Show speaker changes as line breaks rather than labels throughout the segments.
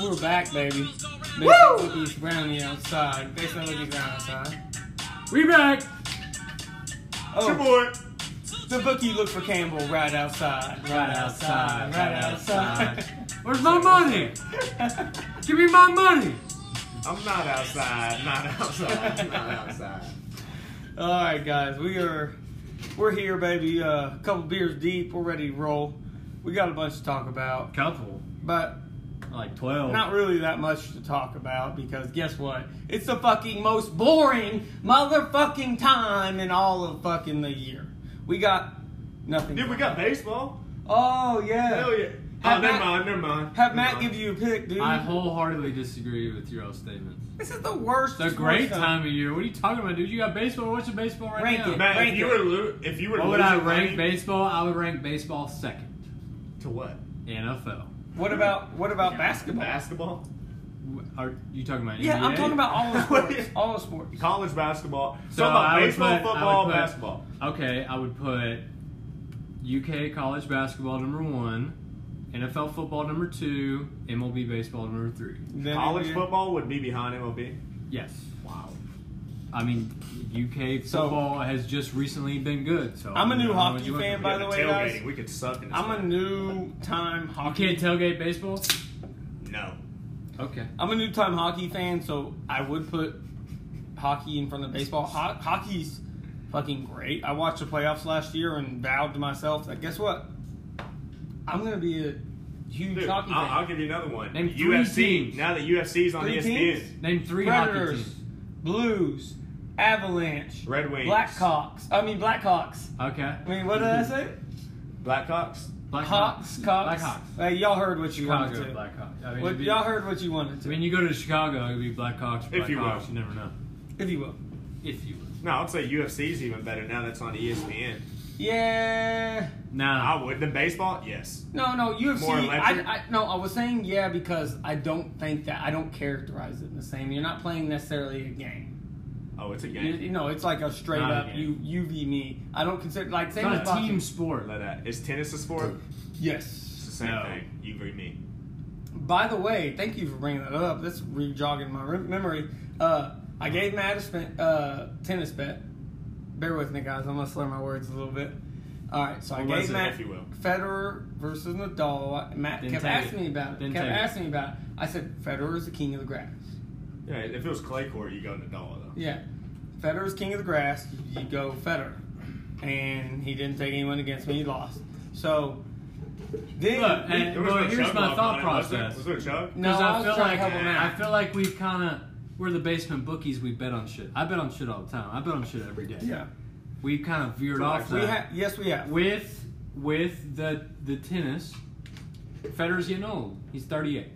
We're back, baby. Based
Woo!
on Lucky's brownie outside. Based on Lucky's brownie outside. We back. Oh,
boy.
the bookie looked for Campbell right outside. Right outside. Right outside.
Where's my money? Give me my money.
I'm not outside. Not outside. Not outside.
All right, guys, we are we're here, baby. Uh, A couple beers deep. We're ready to roll. We got a bunch to talk about,
Couple,
but
like twelve.
not really that much to talk about because guess what? It's the fucking most boring motherfucking time in all of fucking the year. We got nothing.
Dude, we got baseball.
Oh yeah.
Hell yeah. Oh,
Have
never
Matt-
mind. Never mind.
Have
Never
Matt
mind.
give you a pick, dude.
I wholeheartedly disagree with your all statements.
this is the worst.
It's a
sports
great
time.
time of year. What are you talking about, dude? You got baseball. What's your baseball right
Rank
now?
it.
Matt,
rank
if you
it.
were to lo- if you were to
What would
lose
I
your
rank
money-
baseball? I would rank baseball second.
to what?
NFL.
What about what about basketball?
Basketball.
W- Are you talking about?
yeah, I'm
NBA?
talking about all of sports. all of sports.
College basketball.
So
So about
I would
baseball,
put- I would
football,
put-
basketball.
Okay, I would put UK college basketball number one, NFL football number two, MLB baseball number three.
Then
College
again-
football would be behind MLB.
Yes,
Wow.
I mean UK
So-
football has just recently been good. So
I'm a new
I don't know
hockey
what you want
fan,
from me.
By
Yeah,
the
the
way,
tailgating,
guys,
we could suck. In this
I'm a
thing.
new time hockey.
You can't tailgate baseball.
no.
Okay.
I'm a new time hockey fan, so I would put hockey in front of baseball. Ho- hockey's fucking great. I watched the playoffs last year and vowed to myself that guess what? I'm gonna be a huge
Dude, I'll,
hockey fan.
I'll give you another one.
Name three
UFC.
teams.
Now that UFC's on E
Three
ESPN,
teams?
Name three hockey
Predators,
teams.
Blues, Avalanche,
Red Wings.
Blackhawks. I mean Blackhawks.
Okay.
I mean, what did I say?
Blackhawks.
Black
Hawks, Cox.
Black Hawks.
Hey, y'all heard what you wanted
Chicago
to.
Black Hawks. I mean,
What,
it'd be-
y'all heard what you wanted
I
to.
mean, you go to Chicago, it could be Black Hawks. Black
you
Hawks.
will.
You never know.
If you will.
If you would.
No, I'd say UFC's even better now that's on E ESPN.
Yeah.
Nah.
I would. The baseball, yes.
No, no, UFC.
More electric?
I, I, no, I was saying yeah because I don't think that I don't characterize it the same. You're not playing necessarily a game.
Oh, it's a
You,
game.
you know, it's like a straight
Not a
up you
game.
you v me. I don't consider like
It's
same
not
as
a team
boxing.
sport.
Love that. Is tennis a sport? It's the
Yes.
same
No.
thing. You agree me.
By the way, thank you for bringing that up. That's re jogging my rem- memory. Uh, I gave Matt a spin, uh, tennis bet. Bear with me, guys. I'm gonna slur my words a little bit. All right, so I
What was
gave
it,
Matt
if you will?
Federer versus Nadal. Matt
Then
kept
take
asking
it.
me about it.
Then
kept
take it.
asking me about it. I said Federer is the king of the grass.
Yeah, if it was clay court, you go Nadal though.
Yeah, Federer's king of the grass. You go Federer, and he didn't take anyone against me. He lost. So then,
Look,
we-
and-
There was
Well,
no
here's
chug
my
lock
thought
on it, was there?
process.
Was there a chug?
no,
'Cause
I,
I
was
feel
trying
like
to help him out.
I feel like we've kind of we're the basement bookies. We bet on shit. I bet on shit all the time. I bet on shit every day.
yeah,
We've kind of veered off
we
that.
have. Yes, we have.
with with the the tennis. Federer's getting old. He's 38.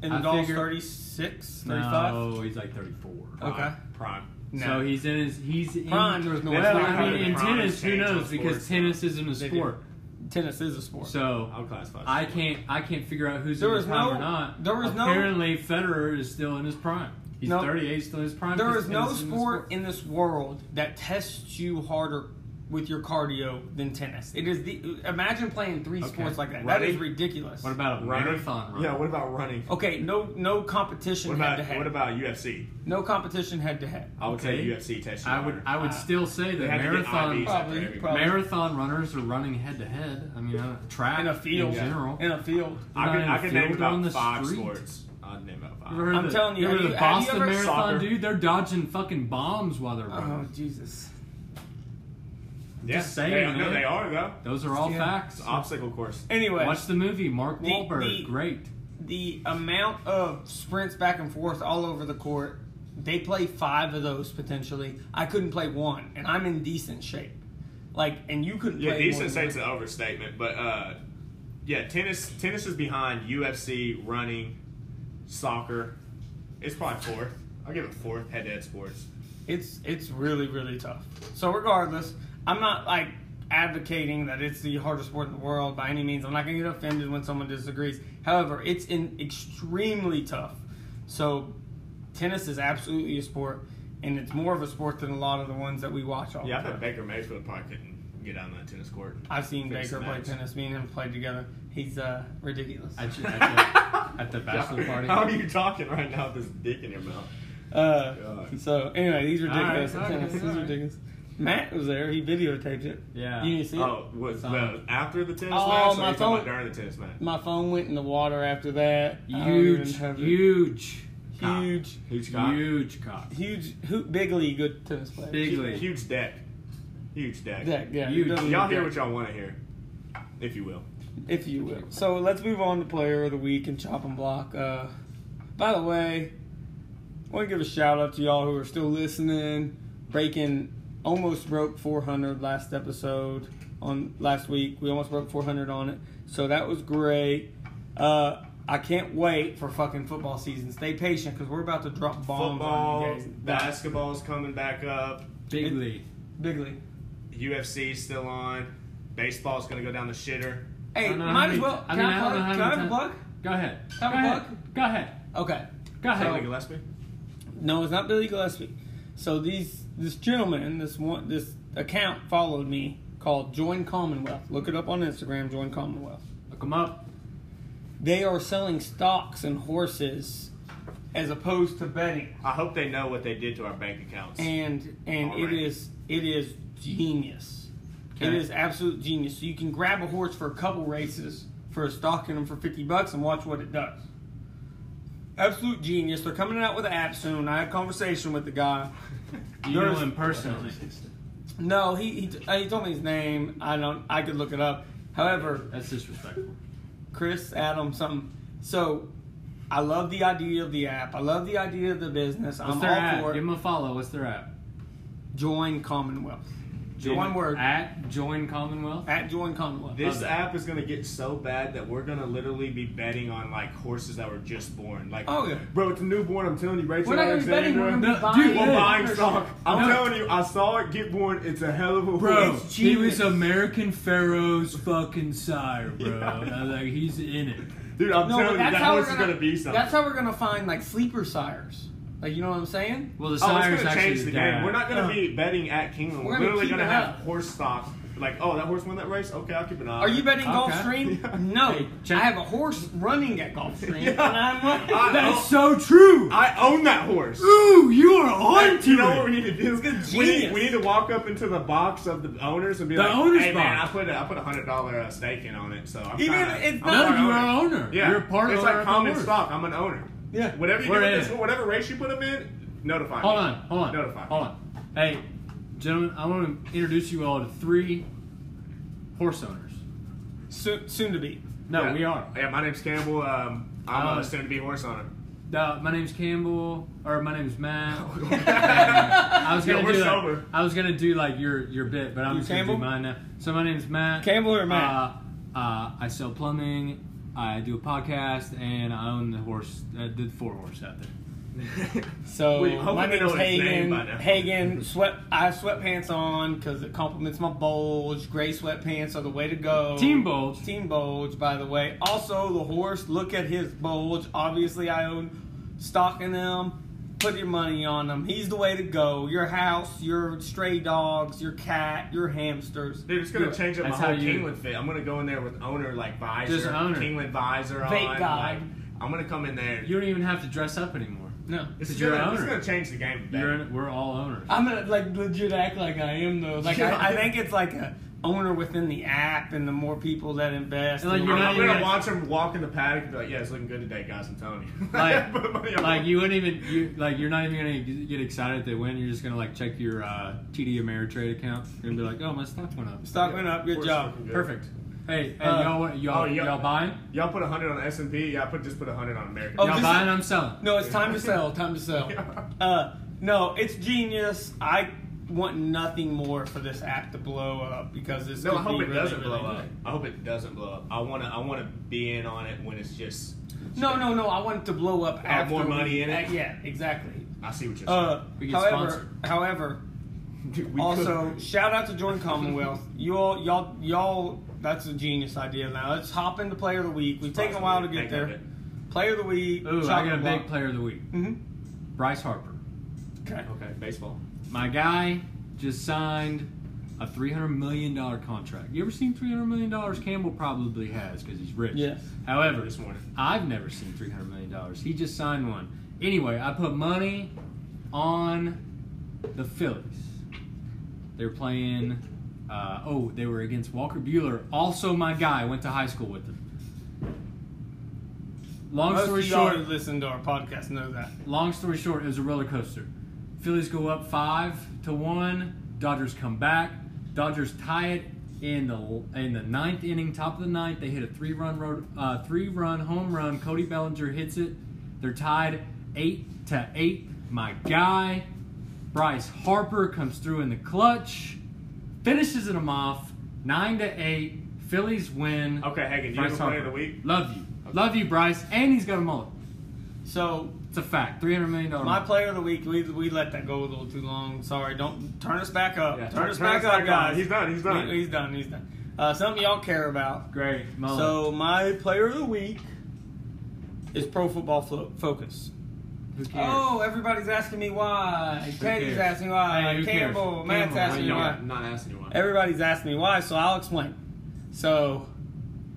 And
I
Nadal's
figure-
36, 35?
No, he's like 34.
Okay.
Prime.
No.
So he's in his he's in
Prime, there was no-
Well,
That's not
I
how
mean,
the
in
prime
tennis, who
change on
knows? Because
sports now.
tennis isn't a
They do.
sport.
tennis is a sport.
So
I would classify.
I can't I can't figure out who's
There
in
was
his prime
no-
or not.
there was no-
apparently Federer is still in his prime. He's
No.
38, still in his prime.
there
because
is no
tennis isn't a
sport in this world that tests you harder with your cardio than tennis. It is the imagine playing three
Okay.
sports like that. That
Running?
is ridiculous.
What about a
Running.
marathon run?
Yeah. What about running?
Okay, no no competition
What
head
about
to head.
what about UFC?
no competition head to head.
I would say
Okay.
UFC test. you
I would
harder.
I would
Uh,
still say that
Ah, They had to get
marathon
IVs out
Probably,
there every-
probably.
marathon runners are running head to head. I mean, uh, track
In a field.
in general.
In a field.
I
Not
could,
in
I
the
could
field
name
or on the
about five
street.
sports. I'd name about
You ever heard of
five.
I'm
the,
telling you,
ever heard
have
of the
you- have you
Boston
ever-
Marathon,
Soccer.
dude? They're dodging fucking bombs while they're
Oh
running.
Jesus.
Yeah,
Just saying,
they, No,
man.
they are though.
Those are all
Yeah.
facts.
It's obstacle course.
Anyway,
Watch the movie. Mark
The-
Wahlberg,
the-
great.
the amount of sprints back and forth all over the court, they play five of those potentially. I couldn't play one, and I'm in decent shape. Like, and you couldn't
Yeah,
play
decent
more
state's
than
an overstatement, but uh, yeah, tennis tennis is behind UFC, running, soccer. It's probably fourth. I'll give it fourth head to head sports.
It's it's really really tough. So regardless, I'm not like advocating that it's the hardest sport in the world by any means. I'm not gonna get offended when someone disagrees. However, it's in extremely tough. So tennis is absolutely a sport, and it's more of a sport than a lot of the ones that we watch all
Yeah, I
the time.
bet Baker Mayfield probably couldn't get out on that tennis court.
I've seen
Fix
Baker
the
play
match.
tennis. Me and him played together. He's uh, ridiculous.
At, your- at, the, at the bachelor party.
How are you talking right now with this dick in your mouth?
Uh,
God.
so anyway, he's
All right,
ridiculous.
all right,
tennis. He's
all right.
ridiculous. Matt was there. He videotaped it.
Yeah.
You didn't see it.
Oh, was
Some-
the, after the tennis
Oh, my
match? Or are you talking about
phone-
during the tennis match?
My phone went in the water after that. I don't even
Huge,
have it.
huge, cock.
huge,
Huge cock.
huge cock.
huge, who, big league good tennis player.
Big
Huge,
league.
huge deck. Huge deck.
Deck, yeah,
Huge.
definitely
Y'all hear
deck,
what y'all want to hear, if you will.
if you will. So let's move on to player of the week and chop and block. Uh, by the way, I want to give a shout out to y'all who are still listening. Breaking almost broke 400 last episode on last week. We almost broke 400 on it, so that was great. Uh, I can't wait for fucking football season. Stay patient because we're about to drop bombs on
Football,
you guys.
basketball's coming back up.
Big
It-
league.
Big league.
UFC's still on. Baseball's gonna go down the shitter.
Hey,
I don't know how
might as
many-
well.
I
Can
mean,
I,
I don't know
plug?
how
Can I have a
many
plug?
Go ahead.
Have
Go
a
ahead.
plug?
Go ahead.
Okay.
Go ahead.
Billy Gillespie.
No, it's not Billy Gillespie. So these this gentleman, this one, this account followed me called Join Commonwealth. Look it up on Instagram, Join Commonwealth.
Look 'em up.
They are selling stocks and horses as opposed to betting,
I hope they know what they did to our bank accounts.
and and
All
it
right.
is it is genius. It
Okay.
is absolute genius. So you can grab a horse for a couple races for a stock in them for fifty bucks and watch what it does. Absolute genius. They're coming out with an app soon. I had a conversation with the guy.
Do you know
There's-
him personally?
No, he, he uh, he told me his name. I don't. I could look it up. However,
That's disrespectful.
Chris Adam something. So, I love the idea of the app. I love the idea of the business.
What's
I'm
their
all
app?
for
Give
it.
them a follow. What's their app?
Join Commonwealth.
Join-
One word.
At Join Commonwealth.
At Join Commonwealth.
this
Love that.
app is gonna get so bad that we're gonna literally be betting on like horses that were just born. Like,
Oh, yeah.
bro, it's a newborn. I'm telling you, Rachel
We're not gonna be
Alexander.
betting. We're gonna be
No,
buying.
dude,
We're
Yeah.
buying stock. I'm
No.
telling you, I saw it get born. It's a hell of a
Bro,
horse.
he
he
was
was American Pharaoh's fucking sire, bro. Like he's in it.
Dude, I'm
No, but
telling you,
that's
that
how
horse
we're
is gonna be something. Oh,
That's how we're gonna find like sleeper sires. Like you know what I'm saying?
Well, the
Oh,
sire
it's
is
gonna
actually
change the game.
dad.
We're not gonna
Yeah.
be betting at
We're
Kingland. We're,
gonna
literally
keep
gonna
it
have
up.
horse stock. Like, oh, that horse won that race. Okay, I'll keep an eye.
Are you betting
Okay.
Gulfstream?
Yeah.
No,
Hey, check-
I have a horse running at Gulfstream,
Yeah.
and I'm like,
I-
That's
Oh.
so true.
I own that horse.
Ooh, you are
Like,
on
you
to
know what
it.
we need to do?
It's good
We need,
genius.
we need to walk up into the box of the owners and be
The
like,
owner's
"Hey man, I
box.
put a, I put a hundred dollar uh, stake in on it, so I'm
Even
kinda,
if it's
I'm
not-
part
No, you are
owner."
an owner.
Yeah,
You're part
It's
owner
like
of the
common
horse.
stock. I'm an owner.
yeah.
Whatever you
We're
do
in
with this,
it.
whatever race you put them in, notify me.
Hold on, hold on,
Notify.
hold on. Hey, gentlemen, I want to introduce you all to three horse owners.
Soon, soon to be.
No,
Yeah.
we are.
Yeah, my name's Campbell. Um, I'm
Uh,
a soon-to-be horse owner.
Uh, my name's Campbell, or my name's Matt. I
I
was gonna
we're
do
sober.
Like, I was gonna do like your your bit, but I'm
You
just
Campbell?
gonna do mine now. So my name's Matt.
Campbell or Matt?
Uh, uh, I sell plumbing. I do a podcast, and I own the horse, uh, the four horse out there.
So
We- hopefully
my
they
name's
know his name
Hagen.
by now.
Hagen sweat. I have sweatpants on because it complements my bulge. Gray sweatpants are the way to go.
Team Bulge.
Team bulge, by the way. Also, the horse. Look at his bulge. Obviously, I own stock in them. Put your money on them. He's the way to go. Your house, your stray dogs, your cat, your hamsters.
Dude, it's gonna change up
That's
my whole
how you-
Kingland fit. I'm gonna go in there with owner like visor,
Just owner.
Kingland visor on.
Vape guy.
Like, I'm gonna come in there.
You don't even have to dress up anymore.
No.
this
is
is
your
gonna, This is
owner.
gonna change the game.
You're
You're
in, we're all owners.
I'm gonna like legit act like I am though. Like I, I think it's like a owner within the app, and the more people that invest,
And, like,
the
you're
more-
not
I'm gonna
even-
watch him walk in the paddock and be like, "Yeah, it's looking good today, guys. I'm telling you."
Like-
Put money on
Like
him.
you wouldn't even you like you're not even gonna g- get excited if they win. You're just gonna like check your uh, TD Ameritrade account. You're gonna be like, oh my stock went up.
stock went up. Good
Horse
job.
looking good.
Perfect. Hey, hey
Uh,
y'all, y'all,
oh, yeah.
y'all buying?
Y'all put hundred on S and P. Yeah, I put just put hundred on American.
Oh,
y'all
this
buying? I'm selling.
No, it's time to sell. Time to sell. Uh, no, it's genius. I want nothing more for this app to blow up because this.
No,
could
I hope
be
it
really,
doesn't
really
blow up.
big.
I hope it doesn't blow up. I wanna I wanna be in on it when it's just.
No, no, no. I want it to blow up.
Have more
after we-
money in it?
uh, yeah, exactly.
I see what you're saying.
Uh,
We get
however,
sponsored.
however,
Dude, we
also
could-
shout out to Join Commonwealth. You all, y'all, y'all. That's a genius idea. Now let's hop into Player of the Week. We've taken a while to get
Think of
there.
it.
Player of the Week.
Ooh, I got a big player of the week.
hmm
Bryce Harper.
Okay.
Oh,
Okay, baseball.
My guy just signed a three hundred million dollar contract. You ever seen three hundred million dollars? Campbell probably has because he's rich.
Yes.
However,
This morning.
I've never seen three hundred million dollars. He just signed one. Anyway, I put money on the Phillies. They were playing. Uh, oh, they were against Walker Bueller. Also, my guy went to high school with him. Long
Most
story
of y'all
short,
who listen to our podcast know that.
long story short, it was a roller coaster. Phillies go up five to one. Dodgers come back. Dodgers tie it in the in the ninth inning, top of the ninth. They hit a three run road, uh, three run home run. Cody Bellinger hits it. They're tied eight to eight. My guy, Bryce Harper comes through in the clutch, finishes them off nine to eight. Phillies win.
Okay, Hagen, do you
Bryce
have a play
Harper.
of the week?
Love you, love you, Bryce. And he's got a mullet.
So
It's a fact. Three hundred million dollars.
my player of the week, we, we let that go a little too long. Sorry, don't turn us back up.
Yeah,
turn,
turn-
us
turn
back
us
up,
back on.
guys.
He's done, he's done.
We- he's done. He's done. Uh, something y'all care about.
Great. Mullet.
So my player of the week is Pro Football Flo- Focus.
who cares?
Oh, everybody's asking me why. Teddy's
cares?
asking me why.
Hey, who cares?
Campbell, Matt's
Campbell,
asking me
you
No,
know
why.
I'm not asking you one.
Everybody's asking me why, so I'll explain. So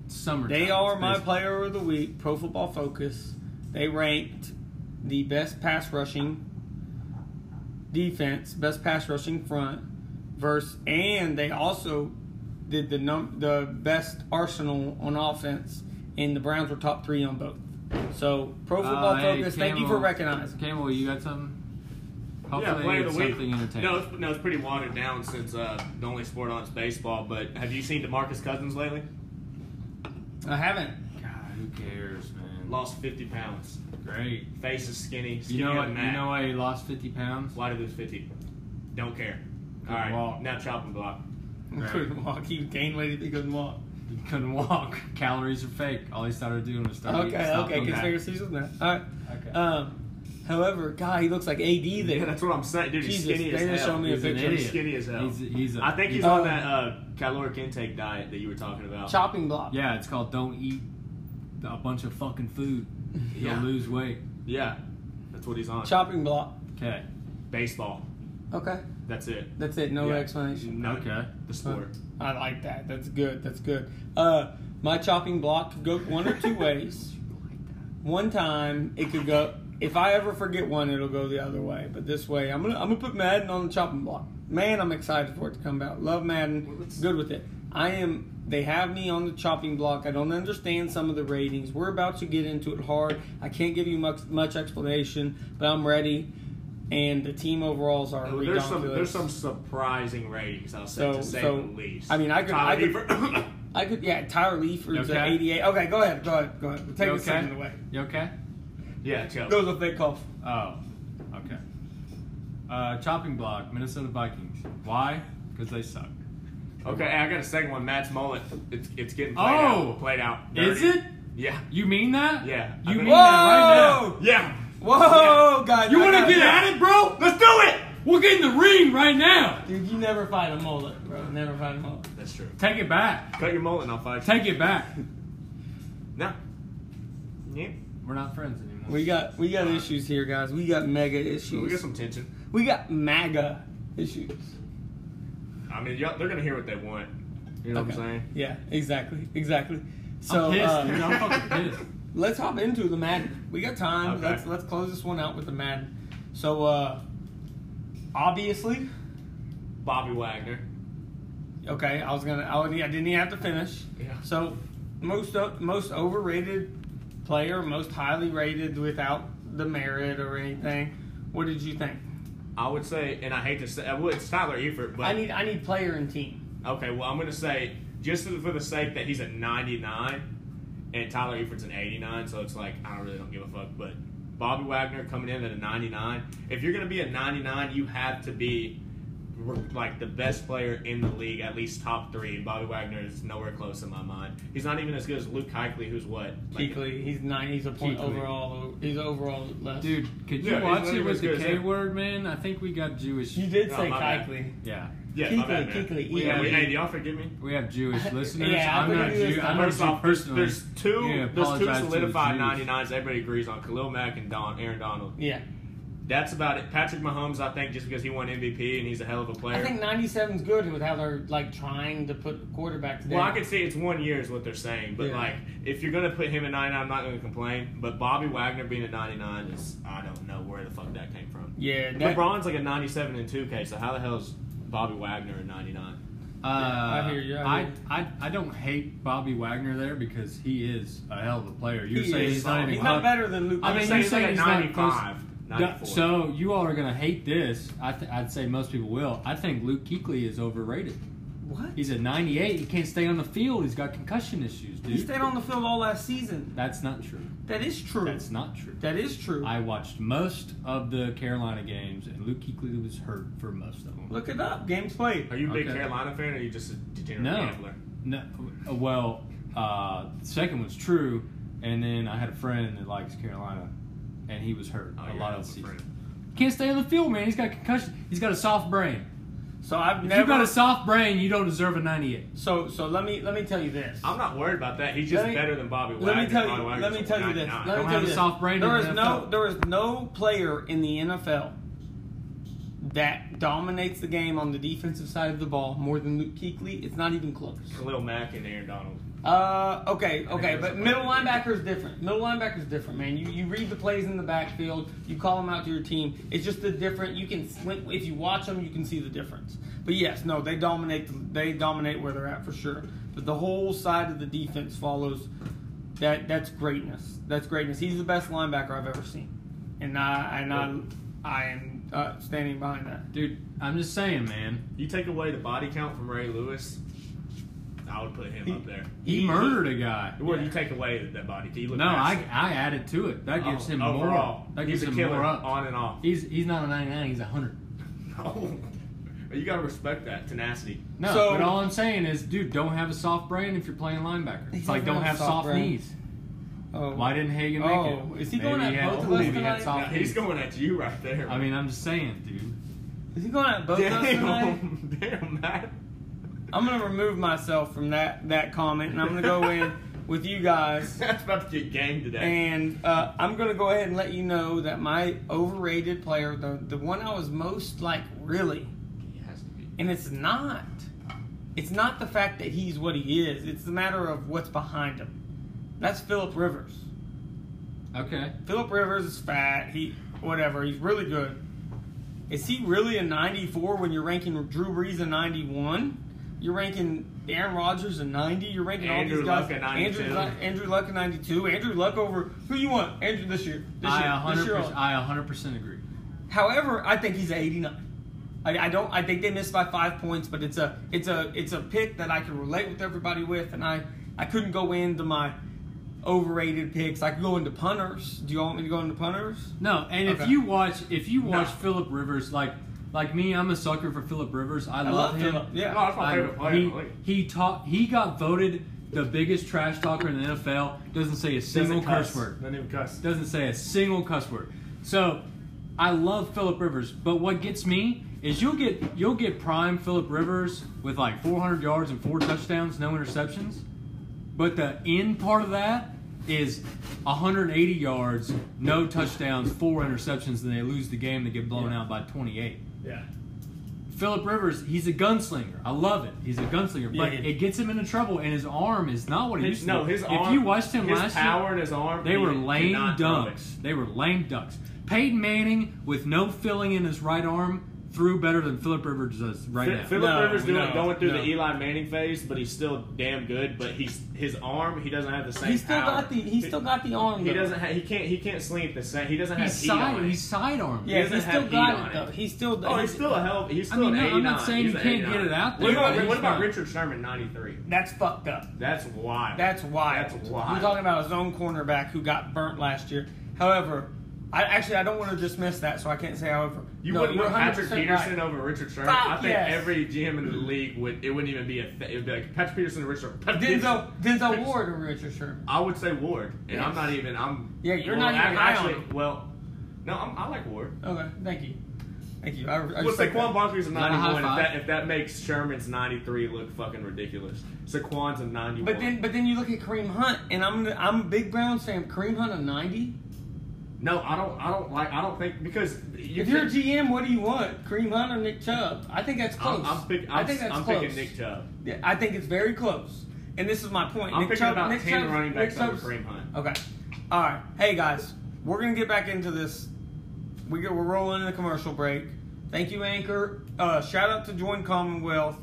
summer.
they are my player of the week, Pro Football Focus. They ranked the best pass rushing defense, best pass rushing front, verse, and they also did the num- the best arsenal on offense, and the Browns were top three on both. So
Uh,
Pro Football Focus, thank you for recognizing.
Campbell, you got something?
Yeah,
Hopefully
play of
it's
the week.
something entertaining.
No, it's, no, it's pretty watered down since uh, the only sport on is baseball. But have you seen Demarcus Cousins lately?
I haven't.
God, who cares, man?
Lost 50 pounds.
Great.
Face is skinny. skinny
You know what?
than
You know why he lost fifty pounds?
Why did it 50? Don't care.
Good
All right,
walk.
now chopping block.
Right.
Couldn't walk. He gained weight if he couldn't walk.
He couldn't walk. Calories are fake. All he started doing was start eating.
Okay,
stuff.
okay, conspiracies with that. All right.
Okay.
Um, however, God, he looks like AD there.
Yeah, that's what I'm saying, dude.
Jesus,
he's skinny
they
as
just
hell.
showed me a
He's an
picture.
idiot.
skinny as hell.
He's, he's a,
I think he's
Uh,
on that uh, caloric intake diet that you were talking about.
Chopping block.
Yeah, it's called don't eat a bunch of fucking food. You'll
Yeah.
lose weight.
Yeah, that's what he's on.
Chopping block.
Okay.
Baseball.
Okay,
That's it.
that's it. No
Yeah.
explanation.
No,
Okay.
The sport.
I like that. That's good. That's good. Uh, my chopping block could go one or two ways. One time it could go. If I ever forget one, it'll go the other way. But this way, I'm gonna I'm gonna put Madden on the chopping block. Man, I'm excited for it to come out. Love
Well,
Madden.
let's-
Good with it. I am. They have me on the chopping block. I don't understand some of the ratings. We're about to get into it hard. I can't give you much much explanation, but I'm ready. And the team overalls are.
Oh, there's some
redonkulous.
there's some surprising ratings. I'll say
So-
to say
so,
the least.
I mean, I could-
Tyler
I could-
Eifert.
I could, yeah, Tyler Leaford's
You
at
okay?
88. Okay, go ahead, go ahead, go ahead. Take
You
the second
okay?
away.
You okay?
yeah, chill.
That was a fake cough.
Oh, okay. Uh, chopping block, Minnesota Vikings. Why? Because they suck.
Okay, I got a second one. Matt's mullet. It's it's getting played
Oh!
out. Played out.
Is
Dirty.
it?
Yeah.
You mean that?
Yeah.
You mean
Whoa!
that right
Yeah.
Whoa, guys.
now? You
I
want to
got-
get at it, bro?
Let's do it.
We're getting the ring right now.
Dude, you never fight a mullet, bro. Never fight a mullet.
That's true.
Take it back.
Cut your mullet and I'll fight you.
Take it back.
No. Yeah.
We're not friends anymore.
We got we got issues here, guys. We got mega issues.
We got some tension.
We got MAGA issues.
I mean, y'all, they're gonna hear what they want. You know what I'm saying?
Yeah, exactly, exactly. So
I'm pissed,
uh,
dude. I'm fucking pissed.
let's hop into the Madden. We got time.
Okay.
Let's let's close this one out with the Madden. So uh, obviously,
Bobby Wagner.
Okay, I was gonna. I, would, I didn't even have to finish.
Yeah.
So, most o- most overrated player, most highly rated without the merit or anything. What did you think?
I would say, and I hate to say, well, it's Tyler Eifert, but
I need I need player and team.
okay. Well, I'm gonna say just for the sake that he's a 99, and Tyler Eifert's an 89, so it's like I don't really don't give a fuck. But Bobby Wagner coming in at a 99. If you're gonna be a 99, you have to be like the best player in the league, at least top three. And Bobby Wagner is nowhere close in my mind. He's not even as good as Luke Kuechly, who's what? Like,
Keekly, he's nine. He's a point
Kuechly.
overall. He's overall less.
Dude, could you
Yeah, he's
watch
not
it
even
with
as good
the
as
K
him.
word, man? I think we got Jewish.
you did
No,
say
my bad.
Keekly.
Yeah.
Yeah, my
Kuechly,
bad, man.
Kuechly,
yeah,
Eli.
we, hey, do y'all forgive me?
We have Jewish listeners.
Yeah, I
I'm
think
not
it is.
Jew. I'm not
First
Jew
off, there's,
personally.
there's two
Yeah,
there's two
apologize to the
solidified
Jews.
99s everybody agrees on Khalil Mack and Don Aaron Donald.
Yeah.
that's about it. Patrick Mahomes, I think, just because he won MVP and he's a hell of a player.
I think 97's good with how they're like trying to put quarterback today.
Well, I could see it's one year is what they're saying, but
Yeah.
like if you're gonna put him at 99, I'm not gonna complain. But Bobby Wagner being a 99 is I don't know where the fuck that came from.
yeah, that,
LeBron's like a 97 and 2K, so how the hell is Bobby Wagner a 99?
Uh,
I
I
hear you, I
I,
hear
I don't hate Bobby Wagner there because he is a hell of a player. You're
he
saying
is
he's not
solid.
even
He's not
close.
better than Luke.
I
I'm
mean,
saying
you
he's
say
like a
he's not
95, 94.
So you all are gonna hate this. I th- I'd say most people will. I think Luke Kuechly is overrated.
what?
He's a 98. He can't stay on the field. He's got concussion issues, dude.
He stayed on the field all last season.
That's not true.
That is true.
That's not true.
That is true.
I watched most of the Carolina games, and Luke Kuechly was hurt for most of them.
Look it up. Games played.
Are you a big
Okay.
Carolina fan, or are you just a degenerate
No.
gambler?
No, uh, well, uh, the second one's true, and then I had a friend that likes Carolina, and he was hurt
Oh,
a
you're
lot
hell
of the
of a
season.
friend.
Can't stay on the field, man. He's got concussion. He's got a soft brain.
So I've
If
never.
you've got a soft brain, you don't deserve a 98.
so so let me let me tell you this.
I'm not worried about that. He's just
Let me-
better than Bobby Wagner.
let me tell
Bobby
you.
Wagner's
Let me
a
tell you this.
99.
Let me
Don't
tell
have
you
a
this.
soft brain in
There
the
is no
NFL.
there is no player in the NFL that dominates the game on the defensive side of the ball more than Luke Kuechly. It's not even close.
Khalil Mack and Aaron Donald.
Uh, okay, okay,
there's
but
a-
middle linebacker is different. Middle linebacker is different, man. You you read the plays in the backfield, you call them out to your team. It's just the different. You can when- if you watch them, you can see the difference. But yes, no, they dominate. They dominate where they're at for sure. But the whole side of the defense follows. That that's greatness. That's greatness. He's the best linebacker I've ever seen, and I and I I am uh, standing behind that.
Dude, I'm just saying, man.
You take away the body count from Ray Lewis, I would put him up there.
He, murdered a guy.
Well,
Yeah.
you take away that body. You look
No, I,
past it.
I added to it. That gives
Oh,
him
overall.
more. That
He's
gives
a
him
killer
more up.
on and off.
He's he's not a 99. He's a 100.
No. You gotta respect that tenacity.
No,
So-
but all I'm saying is, dude, don't have a soft brain if you're playing linebacker.
He
It's like
doesn't
don't
have
have soft,
soft brain.
knees.
Oh,
Why didn't Hagen make
Oh,
it?
is he going
Maybe
at
had-
both of us
maybe he had
tonight?
soft
Now, he's
knees.
going at you right there.
I mean, I'm just saying, dude.
is he going at both of us tonight?
damn, damn, Matt.
I'm gonna remove myself from that that comment, and I'm gonna go in with you guys.
That's about to get gang today.
And uh, I'm gonna go ahead and let you know that my overrated player, the the one I was most like, really,
He has to be.
and it's not, it's not the fact that he's what he is. It's the matter of what's behind him. That's Philip Rivers.
Okay.
Philip Rivers is fat. He whatever. He's really good. Is he really a 94 when you're ranking Drew Brees a 91? You're ranking Aaron Rodgers a 90. You're ranking all
Andrew
these guys.
Luck a 92.
Andrew, Luck- Andrew Luck a 92. Andrew Luck over who you want? Andrew this year. This
I
year. This year
100%,
only.
I 100% agree.
However, I think he's a 89. I, I don't. I think they missed by five points, but it's a it's a it's a pick that I can relate with everybody with, and I I couldn't go into my overrated picks. I could go into punters. Do you want me to go into punters?
No, and if
Okay.
you watch, if you watch
No.
Philip Rivers, like like me, I'm a sucker for Philip Rivers. I, love,
love
him.
Phillip, yeah.
No, Oh, that's my
I-
favorite player. in the league.
he he taught. He got voted the biggest trash talker in the NFL. Doesn't say a single
Doesn't cuss.
curse word.
Doesn't even cuss.
Doesn't say a single cuss word. So I love Philip Rivers, but what gets me is you'll get you'll get prime Philip Rivers with like 400 yards and four touchdowns, no interceptions. But the end part of that is 180 yards, no touchdowns, four interceptions, and they lose the game. They get blown out by 28.
Yeah.
Philip Rivers, he's a gunslinger. I love it. He's a gunslinger, but
Yeah, yeah.
it gets him into trouble, and his arm is not what he used
His,
to.
no,
be.
his
if
arm.
you watched him
his
last year,
power in his arm.
they were
he did
lame
not throw it.
dunks. They were lame dunks. Peyton Manning, with no filling in his right arm, threw better than Philip Rivers does right
Phil-
now.
Philip
No,
Rivers doing
no,
going through
no.
the Eli Manning phase, but he's still damn good. But he's his arm. He doesn't have the same.
He still
power.
got the he still got the arm.
He
though.
doesn't. Ha- he can't. He can't sleep the same. He doesn't have
he's
heat on
side,
it.
he's sidearm.
Yeah,
doesn't
he still
have heat on
got it
it.
though. He still.
oh, he's still a hell. He's
I
still
mean,
an
no,
89.
I'm not saying
He's
you
an
can't
89.
get it out
What
there,
about,
but
what
he's
about
not.
Richard Sherman, 93?
That's fucked up.
That's wild.
That's wild.
That's wild.
We're talking about a zone cornerback who got burnt last year. However, I actually I don't want to dismiss that, so I can't say however.
You
No,
wouldn't
you're
put Patrick
100%
Peterson
right.
over Richard Sherman.
Fuck
I think
yes.
every GM in the league would. It wouldn't even be a. Th- it would be like Patrick Peterson or Richard.
Denzel Denzel Ward or Richard Sherman.
I would say Ward, and
Yes.
I'm not even. I'm.
Yeah, you're
well,
not even
ac-
high on
actually,
him.
Well, no, I'm, I like Ward.
Okay, thank you, thank you. I, I
Well,
respect
Saquon
that.
Barkley's a
Not a high
91. If
five.
that, if that makes Sherman's 93 look fucking ridiculous, Saquon's a 91.
But then but then you look at Kareem Hunt, and I'm I'm a big Browns fan. Kareem Hunt a ninety.
No, I don't. I don't like. I don't think because you
If you're a GM, what do you want? Kareem Hunt or Nick Chubb? I think that's close.
I'm, I'm, pick, I'm,
I think that's
I'm
close.
picking Nick Chubb.
Yeah, I think it's very close. And this is my point.
I'm
Nick
picking
Chubb,
about
Nick
ten
Chubb's-
running backs
Nick
over
Chubb's-
Kareem Hunt.
Okay. All right. Hey guys, we're gonna get back into this. We get, we're rolling in the commercial break. Thank you, Anchor. Uh, shout out to Join Commonwealth.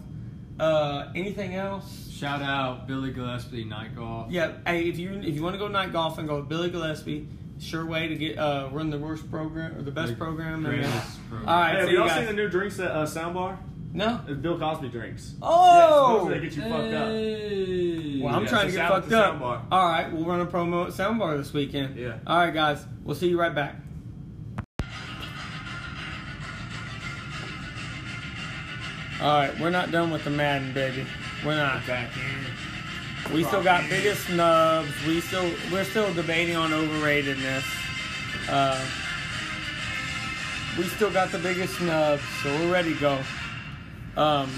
Uh, anything else?
Shout out Billy Gillespie, Night Golf.
Yeah. Hey, if you if you want to go night golf and go with Billy Gillespie, sure way to get uh, run the worst program or the best
Like,
program. there
greatest
is.
program.
All right.
Hey, have
so you
y'all
guys,
seen the new drinks at uh, Soundbar?
no.
It's Bill Cosby drinks.
Oh!
Yeah, supposedly they get you fucked up.
Hey.
Well, I'm trying
Yeah, so
to get
shout out
fucked
to
up.
Soundbar.
All right, we'll run a promo at Soundbar this weekend.
Yeah.
All right, guys, we'll see you right back. All right, we're not done with the Madden, baby. We're not. We still got biggest snubs. We still we're still debating on overratedness. Uh, we still got the biggest snubs, so we're ready to go. Um.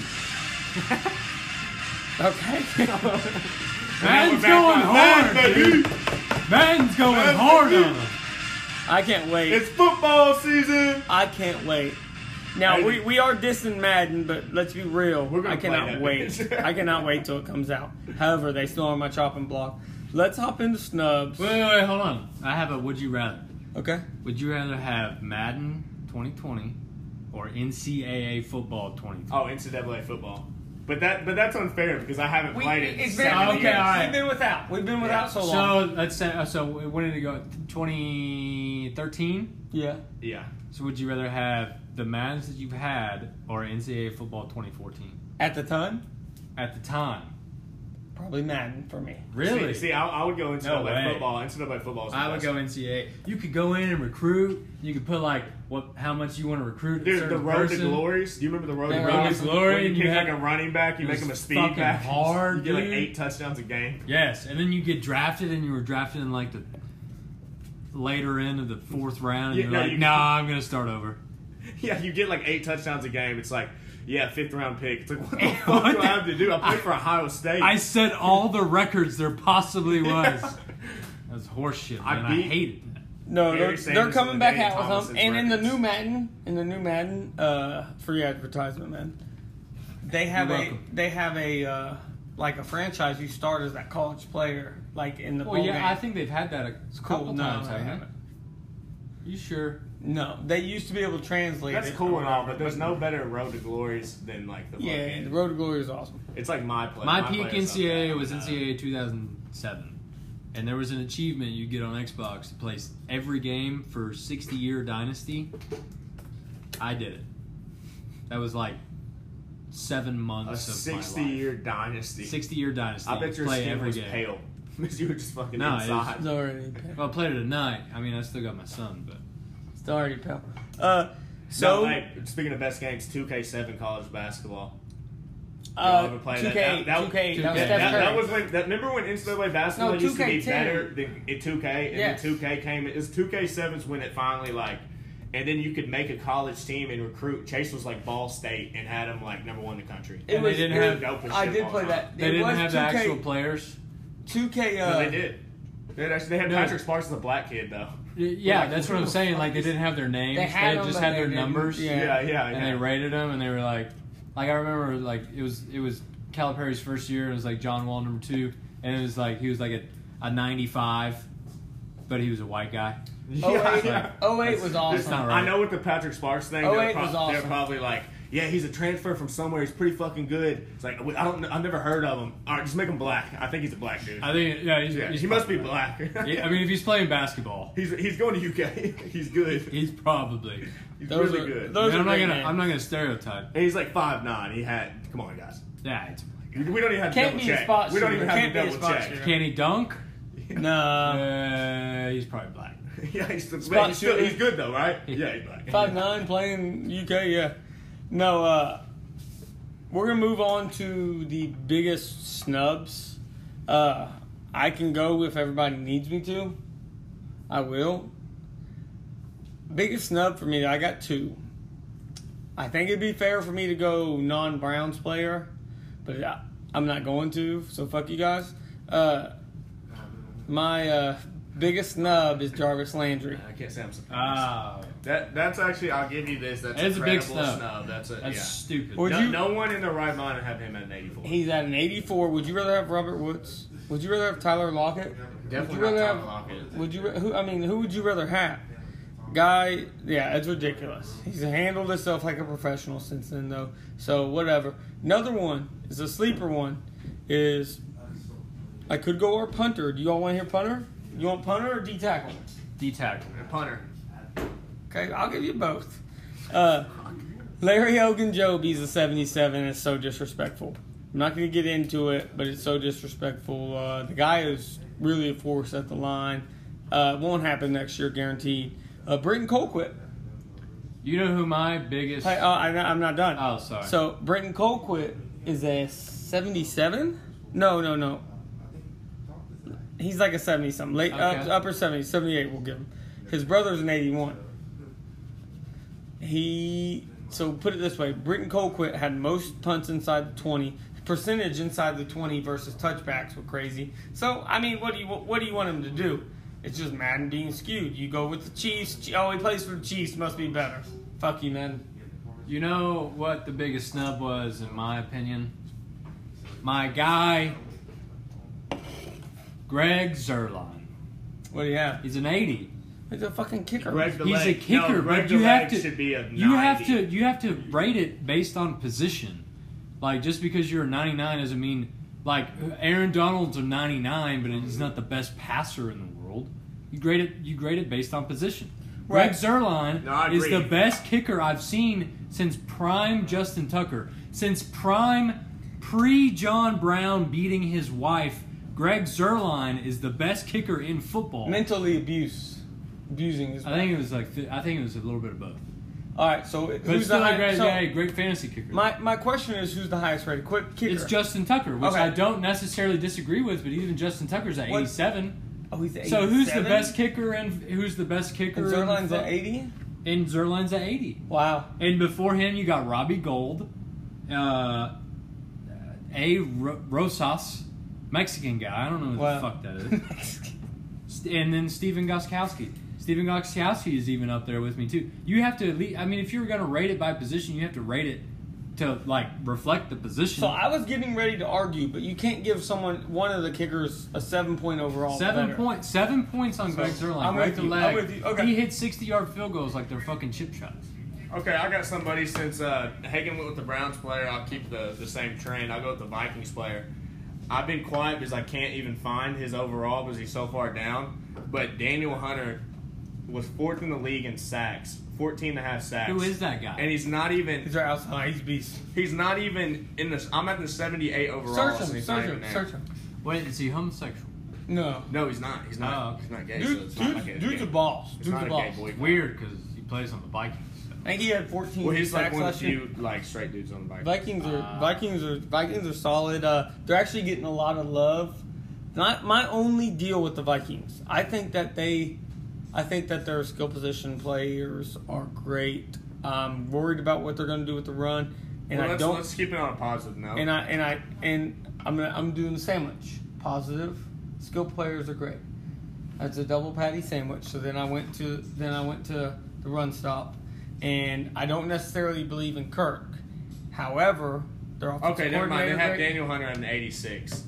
okay.
Man's
Now we're
going
back on
hard,
Madden,
dude. Man's going
Madden,
hard
baby.
on him.
I can't wait.
It's football season.
I can't wait. Now we,
Maybe.
we are dissing Madden, but let's be real.
We're gonna
I cannot
play that.
wait. I cannot wait till it comes out. However, they still on my chopping block. Let's hop into snubs.
Wait, wait, wait, hold on. I have a would you rather.
Okay.
Would you rather have Madden 2020 or NCAA football 2020?
Oh, NCAA football. But that but that's unfair because I haven't
We,
played it. in
it's been,
seven
okay,
okay,
years.
all right.
We've been without. We've been without
Yeah.
so long.
So let's say uh, so. When did it go? 2013.
yeah.
Yeah.
So would you rather have the Maddens that you've had or NCAA football 2014
At the time,
at the time?
probably Madden for me.
Really?
See, see I, I would go NCAA
No way.
football. NCAA football. Is the
I would
best.
go NCAA. You could go in and recruit. You could put like what, how much you want to recruit. a
Dude, the
certain
road
person.
to glories. Do you remember the road
The
to
Road to
glories?
Glory,
When
and
you
you
pick like
had-
a running back, you
it
make
was
him a speed
fucking
back.
hard,
you get like
dude.
eight touchdowns a game.
Yes, and then you get drafted, and you were drafted in like the later end of the fourth round, and
Yeah,
you're
no,
like,
you-
nah, I'm gonna start over.
Yeah, you get like eight touchdowns a game. It's like, yeah, fifth round pick. It's like, what the
What
fuck do
the-
I have to do? I played for Ohio State.
I set all the records there possibly was.
Yeah.
That's horseshit,
I
man. I,
beat-
hated that.
No,
Barry
they're,
Sanders
they're
and
coming
the
back
Danny
out with them.
Thomases
And in the
records.
new Madden, in the new Madden, uh, free advertisement, man. They have
You're
a
welcome.
they have a uh, like a franchise you start as that college player, like in the
Well,
bowl
yeah,
game.
I think they've had that a couple
cool. No,
times.
I
haven't they?
haven't.
You sure?
No, they used to be able to translate.
That's
it
cool
or
and all,
whatever,
but there's no better road to glories than like the
Yeah,
fucking-
the Road to Glory is awesome.
It's like my play.
My,
play
peak
or something.
NCAA was
Uh,
NCAA 2007, and there was an achievement you get on Xbox to play every game for 60 year dynasty. I did it. That was like seven
A
months of my life.
sixty-year dynasty.
60 year dynasty.
I bet your
play
skin
every
was
game.
pale because you were just fucking
No, it was-
inside.
It's already
If I played it at night, I mean, I still got my son, but
it's already pal. Uh,
So,
so
like, speaking of best games, 2K7 college basketball.
uh,
Y'all ever play
2K,
that? That- that-
2K, that was
Yeah,
That,
Steph
that,
Curry.
that was when. That, remember when NCAA basketball
No,
used to be
2K10.
better than in 2K, and
Yes.
then 2K came. It's 2K7's when it finally like, and then you could make a college team and recruit. Chase was like Ball State and had him like number one in the country.
It
And they
was-
didn't
it-
have
dope as
I
shit
did
all
play
the
that.
they
it
didn't
was
have
2K,
the actual players.
2K. Uh,
No, they did. They had, actually, they had
No.
Patrick Sparks as a black kid though.
Y- Yeah,
Like,
that's what I'm saying. Like they didn't have their names;
They
they,
had them,
just
but
had
they
their
didn't-
numbers,
yeah.
Yeah, yeah, yeah.
and they rated them, and they were like, like I remember, like it was it was Calipari's first year, and it was like John Wall number two, and it was like he was like a, a 95, but he was a white guy.
Yeah,
08,
yeah.
08 Oh, was
That's
awesome.
not right.
I know with the Patrick Sparks thing,
Oh,
they're,
it
prob-
was awesome.
they're probably like, yeah, he's a transfer from somewhere. He's pretty fucking good. It's like I don't, I've never heard of him. All right, just make him black. I think he's a black dude.
I think yeah, he's,
Yeah,
he's
he must be black.
Yeah, I mean, if he's playing basketball,
he's he's going to UK. he's good.
he's probably.
He's
Those
really
are-
good.
those-
I mean, I'm not
great
gonna
names.
I'm not gonna stereotype.
and he's like five nine. He had. Come on, guys.
Yeah, it's,
We don't even have to
Can't
double
be a
check.
spot
we don't
shooter.
even have
Can't be a
to double
spot
check.
shooter.
can he dunk?
No,
Uh, he's probably black.
Yeah, he's, the,
Spot
he's, still,
shooter.
he's good though, right? Yeah, he's black.
five nine playing UK. Yeah, no. Uh, we're gonna move on to the biggest snubs. Uh, I can go if everybody needs me to. I will. Biggest snub for me, I got two. I think it'd be fair for me to go non Browns player, but I, I'm not going to. So fuck you guys. Uh, my uh, biggest snub is Jarvis Landry.
I can't say I'm surprised.
Oh,
that that's actually I'll give you this. That's
It's a big
incredible
snub.
That's a
that's
yeah.
stupid.
Or- Would
no,
you-
no one in their right mind would have him at an 84.
He's at an 84. Would you rather have Robert Woods? Would you rather have Tyler Lockett? would
Definitely
you
not
rather
Tyler Lockett.
Would you? Who? I mean, who would you rather have? Guy, yeah, it's ridiculous. He's handled himself like a professional since then, though. So whatever. Another one is a sleeper one. Is I could go or punter. Do you all want to hear punter? You want punter or D tackle?
D tackle.
punter.
Okay, I'll give you both. Uh, Larry Ogunjobi's a 77. It's so disrespectful. I'm not going to get into it, but it's so disrespectful. Uh, the guy is really a force at the line. Uh, it won't happen next year, guaranteed. Uh, Britton Colquitt.
You know who my biggest?
Hey, uh, I, I'm not done.
Oh, sorry.
So Britton Colquitt is a 77? No, no, no. He's like a 70 something. Late up,
Okay.
upper 70, 78 we'll give him. His brother's an 81. He so put it this way, Britton Colquitt had most punts inside the 20. Percentage inside the 20 versus touchbacks were crazy. So, I mean, what do you what do you want him to do? It's just Madden being skewed. You go with the Chiefs. Ch- Oh, he plays for the Chiefs. Must be better. Fuck you, Madden.
You know what the biggest snub was, in my opinion? My guy, Greg Zerline.
What do you have?
He's an 80.
He's a fucking kicker.
Greg the
He's
leg.
a kicker,
no, Greg
but
the
you have
leg
to
should be a 90.
you have to you have to rate it based on position. Like just because you're a 99 doesn't mean like Aaron Donald's a 99, but he's not the best passer in the world. You grade it you grade it based on position.
Right.
Greg Zerline
No, I
is the
agree.
best kicker I've seen since prime Justin Tucker, since prime pre John Brown beating his wife. Greg Zerline is the best kicker in football.
Mentally abuse. Abusing his
I think it was like th- I think it was a little bit of both.
All right, so
But
who's
still,
the
like,
high,
great,
so
yeah, great fantasy kicker.
my my question is who's the highest rated quick kicker?
it's Justin Tucker, which
Okay.
I don't necessarily disagree with, but even Justin Tucker's at
What-
87.
Oh, he's at
So who's the
87?
best kicker and who's the best kicker?
And
in
Zerline's at
fo-
80.
And Zerline's at 80.
Wow.
And before him, you got Robbie Gold, uh, A. Ro- Rosas, Mexican guy. I don't know who
wow.
the fuck that is. St- and then Steven Goskowski. Steven Goskowski is even up there with me too. You have to at least, I mean, if you're going to rate it by position, you have to rate it to like reflect the position.
so I was getting ready to argue, but you can't give someone one of the kickers a seven point overall.
seven
better.
point seven points on Greg Zerline.
I'm
right
with
to
you,
leg.
I'm with you, okay.
He hit sixty yard field goals like they're fucking chip shots.
Okay, I got somebody since uh, Hagan went with the Browns player. I'll keep the, the same trend. I'll go with the Vikings player. I've been quiet because I can't even find his overall because he's so far down. But Daniel Hunter was fourth in the league in sacks, 14 and a half sacks.
Who is that guy?
And he's not even
He's right outside. He's a beast.
he's not even in this. I'm at the 78 overall.
Search
so
him.
he's not
Search
even
him.
there.
Search him.
Wait, is he homosexual?
No.
No, he's not. He's not.
Oh.
He's not gay. so
Dude,
it's not
dude's,
like a,
dude's
gay-
a boss.
It's
Dude's
not
a
a
boss.
gay boy.
Weird because he plays on the Vikings.
I think he had 14
Well, he's like
sacks
one of
last
the
year.
few like straight dudes on the Vikings.
Vikings are
Uh,
Vikings are Vikings are solid. Uh, they're actually getting a lot of love. Not my only deal with the Vikings. I think that they, I think that their skill position players are great. I'm worried about what they're going to do with the run, and
well,
I
let's,
don't.
let's keep it on a positive note.
and uh, I and I and I'm gonna, I'm doing the sandwich. Positive, skill players are great. That's a double patty sandwich. So then I went to then I went to the run stop, and I don't necessarily believe in Kirk. However, they're offensive
Okay, never mind. They
coordinator
have
great.
Daniel Hunter at an 86.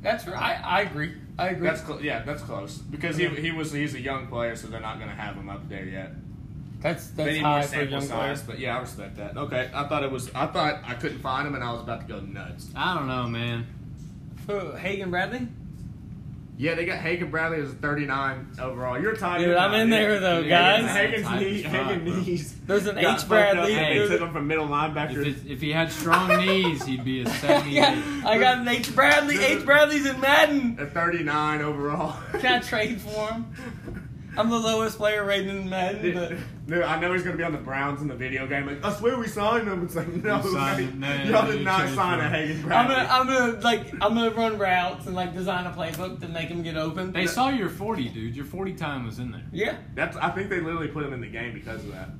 That's right. I, I agree. I agree.
That's cl- yeah, that's close because he, he was he's a young player, so they're not gonna have him up there yet.
that's
they
that's
need
high
more
for a
sample
young player.
size, but yeah, I respect that. Okay, I thought it was I thought I couldn't find him, and I was about to go nuts.
I don't know, man.
Who, Hagen Bradley.
Yeah, they got Hagan Bradley as a 39 overall. You're tired.
Dude, I'm in there, though, guys.
Hagan's,
Tight
knee,
as fuck,
Hagan
bro.
knees.
There's an
got
H
fucked
Bradley.
up, and
There's-
They took him from middle
If,
linebacker.
it's, if he had strong knees, he'd be a seventy-eight.
yeah, I got an H Bradley. H Bradley's in Madden.
At 39 overall.
Can I trade for him? I'm the lowest player rated in Madden, but.
Dude, I know he's gonna be on the Browns in the video game. Like, I swear we signed him. It's like, no,
You signed him. No,
mate,
no,
y'all
no,
did
you
not
traded
sign
for
a
him.
Hagan
I'm
Bradley.
gonna, I'm gonna like, I'm gonna run routes and like design a playbook to make him get open.
They saw your forty, dude. Your forty time was in there.
yeah,
That's. I think they literally put him in the game because of that.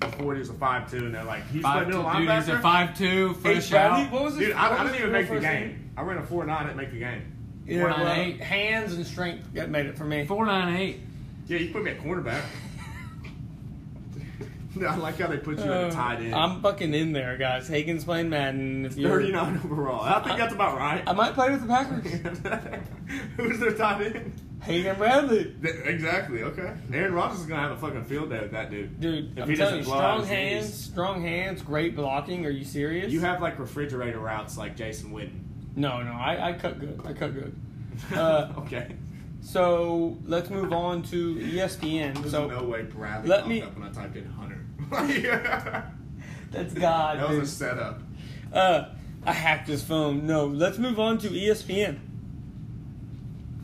Before he was a five-two, and they're like, he's
Five
playing middle
dude, he's a
linebacker.
five-two,
H
fresh
Bradley.
out.
What was his,
Dude,
what
I, I
was
didn't
his
even
real
make the
first
game.
name?
I ran a four-nine. Didn't make the game.
Yeah,
Four nine
well,
eight.
hands and strength got made it for me.
Four nine eight.
Yeah, you put me at cornerback. I like how they put you at a tight end.
Uh, I'm fucking in there, guys. Hagen's playing Madden. If you're-
39 overall. I think that's about right.
I might play with the Packers.
Who's their tight end?
Hagen Bradley.
Th- Exactly. Okay. Aaron Rodgers is gonna have a fucking field day with that dude.
Dude,
if
I'm
he
telling you,
doesn't blow out
strong
his
hands,
knees.
strong hands, great blocking. Are you serious?
you have like refrigerator routes like Jason Witten.
no, no. I, I cut good. I cut good. Uh,
okay.
So let's move on to E ESPN.
There's
So
no way Bradley
let
popped
me-
up when I typed in Hunter.
that's God.
that
dude.
was a setup.
Uh, I hacked his phone. No, let's move on to E ESPN.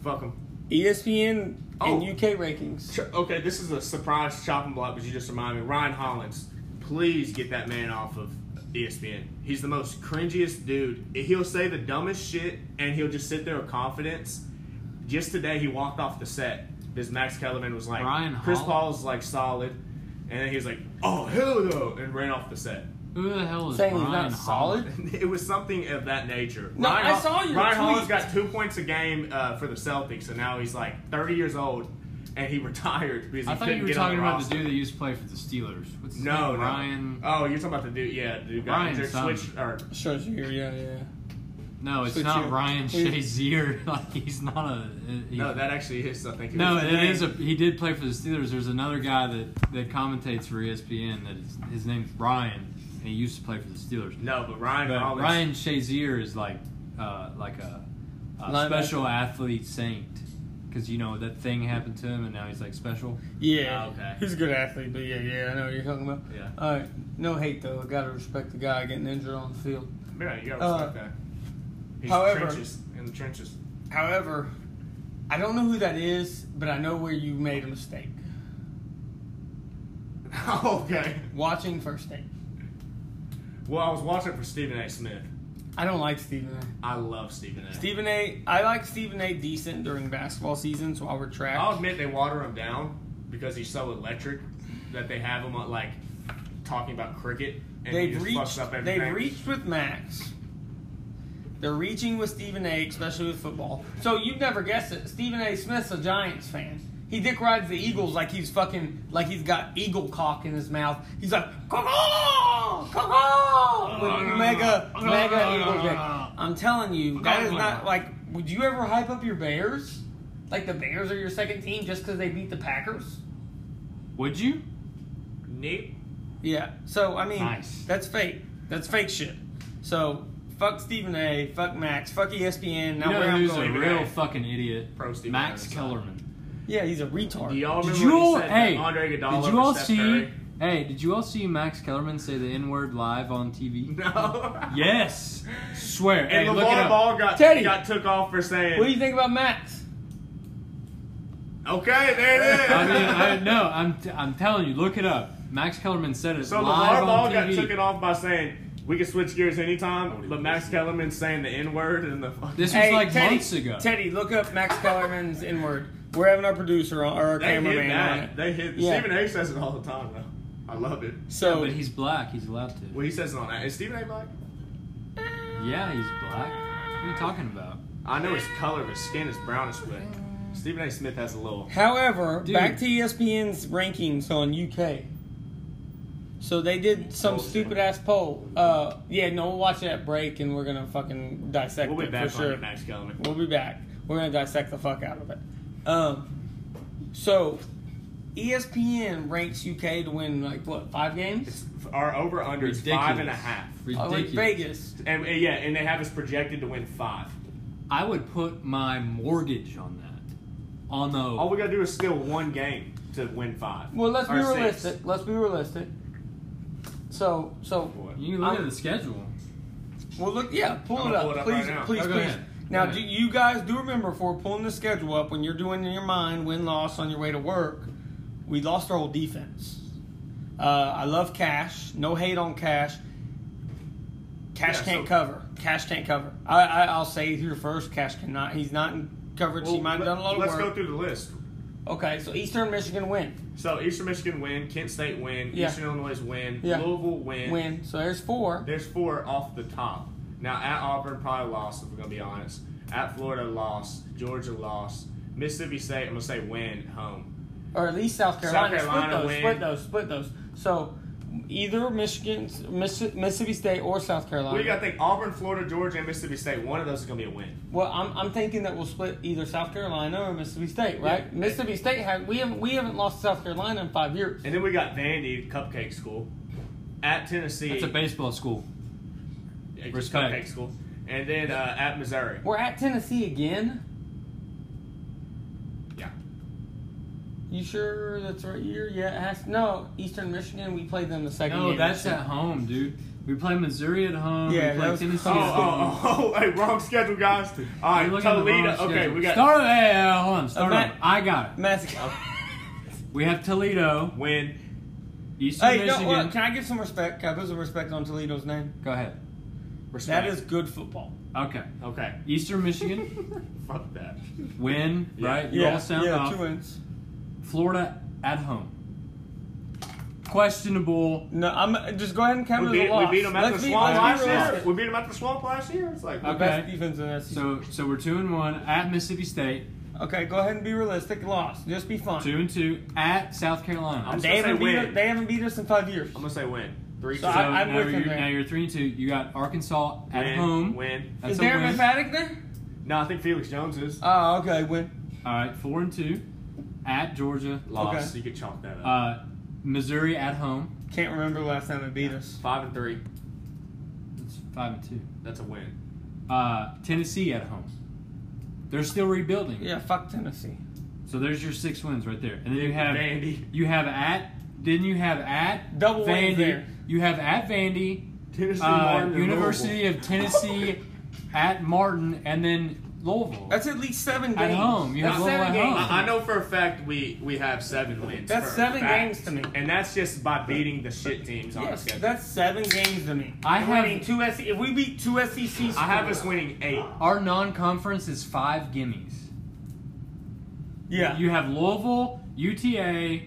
Fuck him.
E ESPN
Oh.
and UK rankings.
Okay, this is a surprise chopping block, but you just reminded me. Ryan Hollins, please get that man off of E ESPN. He's the most cringiest dude. He'll say the dumbest shit, and he'll just sit there with confidence. Just today, he walked off the set because Max Kellerman was like,
Ryan
"Chris
Hollins?
Paul's like solid," and then he was like, "Oh hell no," and ran off the set.
Who the hell is
Saying he's
Brian
not
Holland?
solid.
It was something of that nature.
No, I
Hol-
saw your tweet.
Ryan Hollins got two points a game uh, for the Celtics, and now he's like 30 years old, and he retired because he
I thought
couldn't
you were
get on
talking
the
about the
roster.
dude that used to play for the Steelers. What's his
No,
name?
no.
Ryan.
Oh, you're talking about the dude. Yeah, the dude got
Ryan
injured.
something.
Switch or
Sure, sure, yeah, yeah.
No, it's
Switch
not
you.
Ryan
Who's-
Shazier. Like he's not a. he-
no, that actually is. I think.
No,
was-
it is a. He did play for the Steelers. There's another guy that that commentates for E ESPN. That is, his name's Brian, and he used to play for the Steelers.
No, but Ryan
But
Hollins.
Ryan Shazier is like, uh, like a, a
Linebacker.
special athlete saint, because you know that thing happened to him, and now he's like special.
Yeah,
Oh, okay.
he's a good athlete, but yeah, yeah, I know what you're talking about.
Yeah.
All right, no hate though. Gotta respect the guy getting injured on the field.
Yeah, you gotta respect
uh,
that. He's
however-
trenches in the trenches.
However, I don't know who that is, but I know where you made a mistake.
okay.
Watching first take.
Well, I was watching for Stephen A. Smith.
I don't like Stephen A.
I love Stephen A.
Stephen A. I like Stephen A. decent during basketball season, so I would track.
Oh,
I'll admit they water him down because he's so electric that they have him on, like talking about cricket and he
they've
just fucks
reached.
up everything.
They've reached with Max. They're reaching with Stephen A. Especially with football. So you've never guessed it. Stephen A. Smith's a Giants fan. He dick rides the Eagles like he's fucking like he's got eagle cock in his mouth. He's like, come on, come on,
Oh,
with mega mega eagle dick. I'm telling you, that is not like. Would you ever hype up your Bears? Like the Bears are your second team just because they beat the Packers?
Would you?
Nope.
Yeah. So I mean,
Nice.
that's fake. That's fake shit. So fuck Stephen A. Fuck Max. Fuck E ESPN. Now
You know
where I'm
who's
going.
a
going
real
today.
fucking idiot?
Pro Steelers.
Max Kellerman.
yeah, he's a retard.
Do y'all
Did
remember
you
when
all?
he said
Hey,
that Andre
did
Iguodala
you
was
all
Steph
see?
Curry?
Hey, did you all see Max Kellerman say the N word live on TV?
No.
Yes, swear.
And
hey, look it
LeVar
up.
Ball got
Teddy.
got took off for saying.
What do you think about Max?
Okay, there it is.
I mean, I, no, I'm, t- I'm telling you, look it up. Max Kellerman said it
so
live
LeVar Ball
on
got
TV.
took it off by saying we can switch gears anytime, but Max Kellerman saying the N word and the fucking.
This was
Hey,
like
Teddy,
months ago.
Teddy, look up Max Kellerman's N word. We're having our producer on, or our
They hit
cameraman on it.
that. They hit.
Yeah.
Stephen A. says it all the time though. I love it.
So
but he's black. He's allowed to.
Well, he says it on that. Is Stephen A. black?
Yeah, he's black. What are you talking about?
I know his color of his skin is brownish, but Stephen A. Smith has a little.
However,
Dude.
back to E ESPN's rankings on UK. So they did some
Bullshit.
stupid ass poll. Uh, yeah, no, we'll watch that break and we're gonna fucking dissect
We'll be
it
back
for
on
sure.
it, Max Kellerman.
We'll be back. We're gonna dissect the fuck out of it. Um, so E ESPN ranks UK to win like what five games?
It's, our over under is five and a
Ridiculous.
half,
Oh, like
Ridiculous.
Vegas.
and and yeah, and they have us projected to win five.
I would put my mortgage on that. On the
All we gotta do is steal one game to win five.
Well, let's be
Or six.
realistic. Let's be realistic. So, so
Boy.
you can look
I'm-
at the schedule.
Well, look, yeah, pull
I'm
it
gonna
up,
pull it up
please,
right now.
please,
Oh, go
please.
ahead.
Now,
Go
do,
ahead.
you guys do remember for pulling the schedule up when you're doing in your mind win loss on your way to work? We lost our whole defense. Uh, I love Cash. No hate on Cash. Cash
Yeah,
can't
so-
cover. Cash can't cover. I, I, I'll say here first. Cash cannot. He's not in coverage. he
Well,
might have
let-
done a lot of
Let's
work.
go through the list.
okay, so Eastern Michigan win.
So Eastern Michigan win, Kent State win,
Yeah.
Eastern Illinois win,
Yeah.
Louisville win.
Win. So there's four.
There's four off the top. Now at Auburn probably lost if we're gonna be honest. At Florida, lost. Georgia, lost. Mississippi State, I'm gonna say win home.
or at least South Carolina,
Carolina win.
split those, split those, split those. So either Michigan, Missi- Mississippi State, or South Carolina.
Well, you gotta think Auburn, Florida, Georgia, and Mississippi State. One of those is gonna be a win.
Well, I'm, I'm thinking that we'll split either South Carolina or Mississippi State, right? Mississippi State has we haven't we haven't lost to South Carolina in five years.
And then we got Vandy, Cupcake School, at Tennessee,
It's a baseball school.
it's
respect.
Cupcake School, and then uh, at Missouri.
We're at Tennessee again.
Yeah.
You sure that's right year? Yeah, it has no Eastern Michigan. We played them the second.
No,
year.
that's at home, dude. We play Missouri at home.
Yeah, that
we play
was-
Tennessee
Oh,
at home.
oh, oh, oh, hey, wrong schedule, guys. All
You're
right,
looking at the
Toledo.
wrong
Okay,
schedule.
we got
Start, hey, hey, hold on. Start
Okay.
over. I got it.
Mass-
We have Toledo,
win.
Eastern
hey, no,
Michigan.
what, can I give some respect? Can I put some respect on Toledo's name?
Go ahead.
Respect.
That is good football.
Okay.
okay.
Eastern Michigan,
Fuck that.
win,
Yeah.
right? You all sound
yeah,
off.
two wins.
Florida at home. Questionable.
No, I'm just go ahead and count
We
it as
beat,
a loss.
we beat 'em at
Let's
the
be-
swamp
let's
last
be
year.
realistic.
We beat them at the swamp last year. It's like
The
Okay.
best defense in the SEC.
So so we're two and one at Mississippi State,
Okay, go ahead and be realistic. Lost. Just be fun.
two and two at South Carolina.
I'm
They
just gonna
haven't,
say
beat
win.
us, they haven't beat us in five years.
I'm gonna say win. Three.
So
two.
so
I- I'm
now,
with you,
you're,
man.
now you're three and two. You got Arkansas at
win,
home.
Win.
That's
Is
a
there
win.
arithmetic there?
No, I think Felix Jones is.
Oh, okay, win.
All right, four and two at Georgia.
Lost.
okay.
You could chalk that up.
Uh, Missouri at home.
Can't remember the last time they beat us.
Five and three.
That's five and two.
That's a win.
Uh, Tennessee at home. They're still rebuilding.
Yeah, fuck Tennessee.
So there's your six wins right there. And then you have
Vandy.
You have at didn't you have at
Double
Vandy?
wins there.
You have at Vandy,
Tennessee
uh,
Martin and
University of Tennessee at Martin, and then Louisville.
That's at least seven
At
games.
home, you
that's
have
seven
Louisville at
games.
home.
I, I know for a fact we we have seven wins.
That's
for a
seven
fact.
games to me.
and that's just by beating the shit teams on the
Yes,
schedule.
that's seven games to me.
I
If
have-
winning two SEC. If we beat two E SEC, schools,
I have us winning eight.
Our non-conference is five gimmies.
Yeah,
You have Louisville, UTA,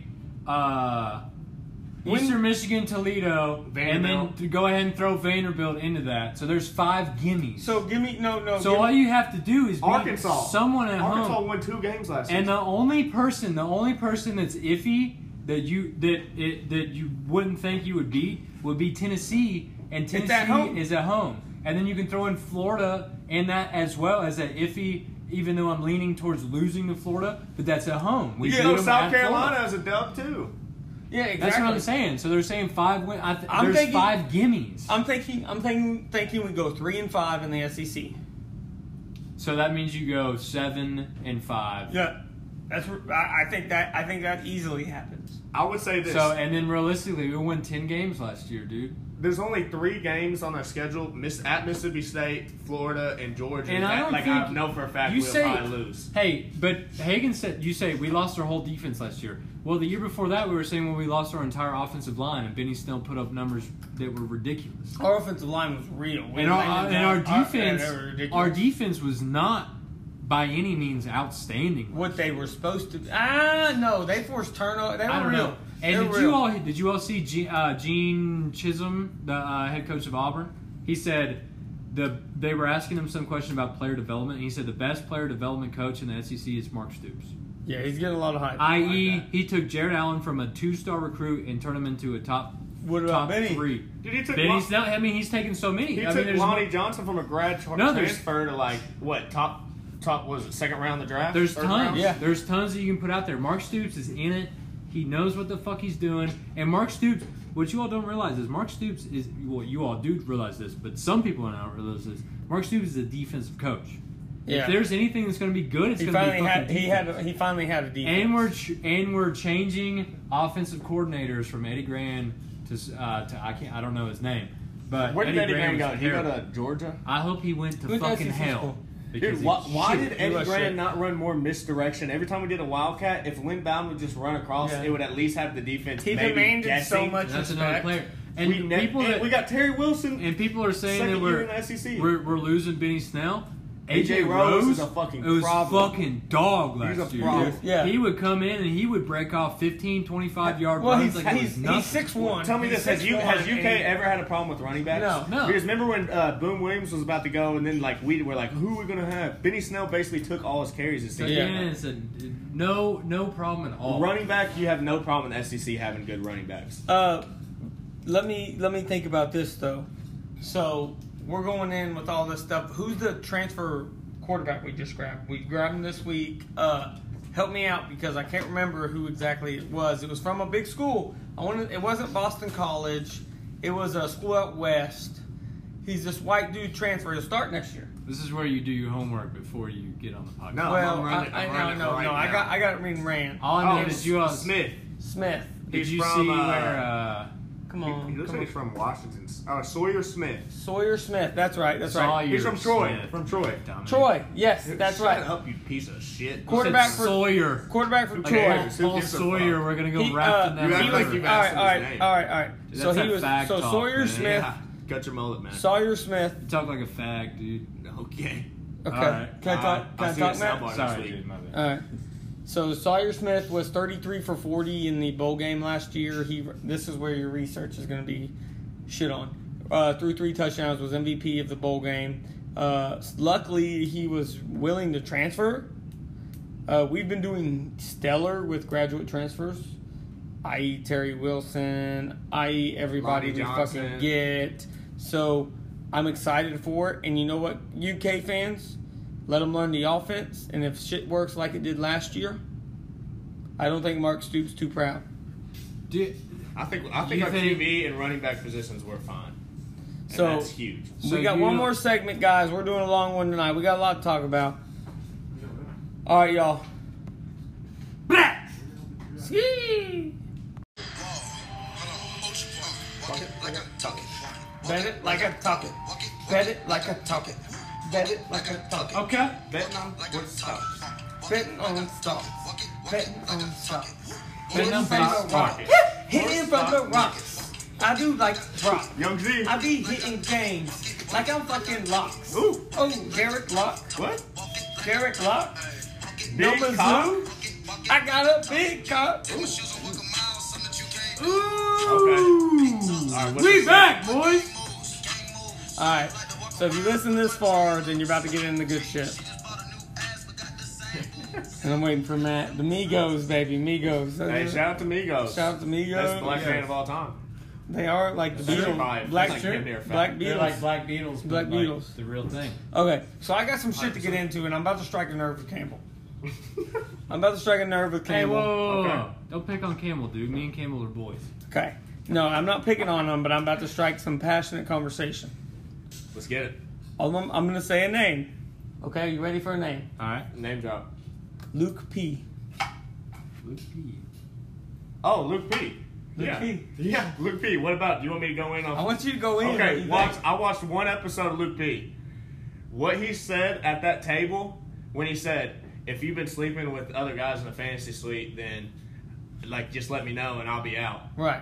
uh,
When-
Eastern Michigan, Toledo, and then
Vanderbilt.
to go ahead and throw Vanderbilt into that. So there's five gimmies.
So give me no, no.
So
give
all
me-
you have to do is beat
Arkansas.
someone at
Arkansas
home.
won two games last
And
season.
the only person, the only person that's iffy that you that it, that you wouldn't think you would beat would be Tennessee, and
at
Tennessee
home.
is at home. And then you can throw in Florida and that as well as that iffy. Even though I'm leaning towards losing to Florida, but that's at home. We
you
beat
know,
'em
South
at Florida.
Carolina is a dub too.
yeah, exactly.
That's what I'm saying. So they're saying five win. I th-
I'm
there's
thinking-
five gimmies.
I'm thinking, I'm thinking, thinking we go three and five in the E SEC.
so that means you go seven and five.
Yeah, that's. where- I, I think that. I think that easily happens.
I would say this.
So and then realistically, we won ten games last year, dude.
there's only three games on their schedule: Miss at Mississippi State, Florida, and Georgia.
And I
That-
don't
like I
think-
know for a fact
you
we'll
say-
probably lose.
Hey, but Hagan said you say we lost our whole defense last year. Well, the year before that, we were saying well we lost our entire offensive line, and Benny Snell put up numbers that were ridiculous.
Our offensive line was real. We
And our, uh,
landed
and our
down-
defense,
they were ridiculous.
our defense was not by any means outstanding.
what they were supposed to. Ah, no, they forced turnover. They were
I don't
real.
know.
They
And
were
did you
real.
all did you all see Gene, uh, Gene Chisholm, the uh, head coach of Auburn? He said the they were asking him some question about player development. And he said the best player development coach in the SEC is Mark Stoops.
Yeah, he's getting a lot of hype.
I.e.,
like that.
E, he took Jared Allen from a two-star recruit and turned him into a top
What
top
about Benny?
three.
Dude, he took
Benny's
Lon-
not. I mean, he's taken so many.
He
I mean,
took
there's
Lonnie
no-
Johnson from a grad tra-
No, there's-
transfer to like what top top was it second round of the draft?
There's
Third
tons.
round?
Yeah.
There's tons that you can put out there. Mark Stoops is in it. He knows what the fuck he's doing. And Mark Stoops, what you all don't realize is Mark Stoops is well, you all do realize this, but some people don't realize this. Mark Stoops is a defensive coach.
Yeah.
If there's anything that's going to be good, it's
he
going to be
finally
fucking
had. He had.
defense.
A, he finally had a defense.
and we're ch- and we're changing offensive coordinators from Eddie Grand to s- uh, to I can't I don't know his name, but
Where did Eddie
Graham
Graham go?
was
Did he go
terrible.
to Georgia?
I hope he went to
Who does
fucking
this
hell.
school?
because
Dude,
he-
why, why
shit,
did
he
Eddie
was
Graham
shit.
not run more misdirection? Every time we did a Wildcat, if Lynn Bowden would just run across,
Yeah.
it would at least have the defense.
He
maybe
demanded
guessing.
so much
That's another
respect.
player. And
We, ne-
people
and
that,
we got Terry Wilson.
and people are saying
Second
that
year
we're,
in the SEC.
we're we're losing Benny Snell.
AJ Rose is a fucking
it was
problem.
fucking dog last
He's a
year.
problem.
dude.
Yeah.
He would come in and he would break off 15, 25 yard
Well,
runs
he's
like it
he's,
was nothing.
he's six one.
Tell me this: Has, you, has UK ever had a problem with running backs?
No.
No.
Because remember when uh, Boom Williams was about to go, and then like we were like, "Who are we gonna have?" Benny Snell basically took all his carries this
So
season.
Yeah.
Gannon is a- no, no problem at all.
Running back, you have no problem in SEC having good running backs.
Uh, let me let me think about this though. So we're going in with all this stuff. Who's the transfer quarterback we just grabbed? We grabbed him this week. Uh, help me out because I can't remember who exactly it was. It was from a big school. I wanted. It wasn't Boston College. It was a school out west. He's this white dude transfer. He'll start next year.
This is where you do your homework before you get on the podcast.
No. I'm
well,
running it.
I,
I'm
I,
running
no,
it
no,
right
no. I
now.
got I got it reading Rand.
All I know
Oh,
is you uh,
Smith.
Smith.
Did
He's
you
from,
see
uh,
where? Uh,
Come on.
He
come
looks like
on.
he's from Washington. Uh, Sawyer Smith.
Sawyer Smith. That's right. That's
Sawyer
right.
He's from Troy.
Smith.
From Troy.
Dummy.
Troy. Yes, that's
Shut
right.
up, you piece of shit.
You said
Quarterback for-
Sawyer.
Quarterback from
Okay.
Troy.
Who
Paul
gives a
Sawyer.
fuck?
We're gonna go
He,
wrapped in
uh,
that.
You
he
act
river.
was-
like you've
all right,
asked
all
him his
right,
name.
all right, all right.
Dude,
So
that's
he
that
was
fag
so
talk,
Sawyer
man.
Smith,
Yeah.
Cut your mullet, man.
Sawyer Smith.
You talk like a fag, dude.
Okay.
Okay,
All right.
can I
All
talk?
right.
Can
I'll
I
see
talk,
you
Matt?
at Soundbite.
Sorry,
next week.
dude. My bad.
All right. So Sawyer Smith was 33 for 40 in the bowl game last year. He this is where your research is going to be shit on. Uh, threw three touchdowns, was MVP of the bowl game. Uh, luckily, he was willing to transfer. Uh, we've been doing stellar with graduate transfers, i.e. Terry Wilson, i.e. everybody
Lonnie
we
Johnson.
fucking get. So I'm excited for it. And you know what, UK fans, let them learn the offense. And if shit works like it did last year, I don't think Mark Stoops too proud.
Do you-
I think I think
You
our
think-
QB and running back positions were fine. And
So-
that's huge.
So
we got
you
one
don't-
more segment, guys. We're doing a long one tonight. We got a lot to talk about. All right, y'all. Ski.
Walk it like I talk it.
Bet it like I talk it.
Walk it,
Bet it like I talk it. Bet it like I talk it.
Okay.
Betting on
like
what stocks.
Betting on stocks.
walk it, walk it,
Betting on stocks.
Betting on stocks.
rock. Hitting for the rocks. I do like to rock.
Young Z.
I be hitting games like I'm fucking locks.
Ooh.
Oh, Derek Lock.
What?
Derek Lock.
Big
Number
cock?
two. I got a big cock. Ooh.
shoes and walk a mile, something that you can't
Ooh.
All right, what's
We
this?
back, boys.
lose. Game moves.
All right. So if you listen this far, then you're about to get in the good shit.
Just bought a new ass, but got the same
And I'm waiting for Matt. The Migos, baby, Migos.
Hey, shout out to Migos.
Shout out to Migos.
That's the black
Yeah.
band of all time.
They are like the
That's
Beatles.
like
Black,
like
Shirt-
damn near a fact.
Black Beatles.
Black Beatles.
Black
but, like,
Beatles.
The real thing.
Okay, so I got some shit to get into, and I'm about to strike a nerve with Campbell. I'm about to strike a nerve with
Hey,
Campbell.
whoa, whoa, whoa, whoa.
Okay.
Don't pick on Campbell, dude. Me and Campbell are boys.
Okay. No, I'm not picking on him, but I'm about to strike some passionate conversation.
Let's get it.
I'm, I'm going to say a name. Okay, you ready for a name?
All right.
Name drop.
Luke P.
Luke P.
Oh, Luke P.
Luke
yeah.
P.
Yeah, Luke P. What about? Do you want me to go in on?
I want you to go in. What
Okay,
you
watch.
think.
I watched one episode of Luke P. What he said at that table when he said, "If you've been sleeping with other guys in a fantasy suite, then like just let me know and I'll be out."
Right.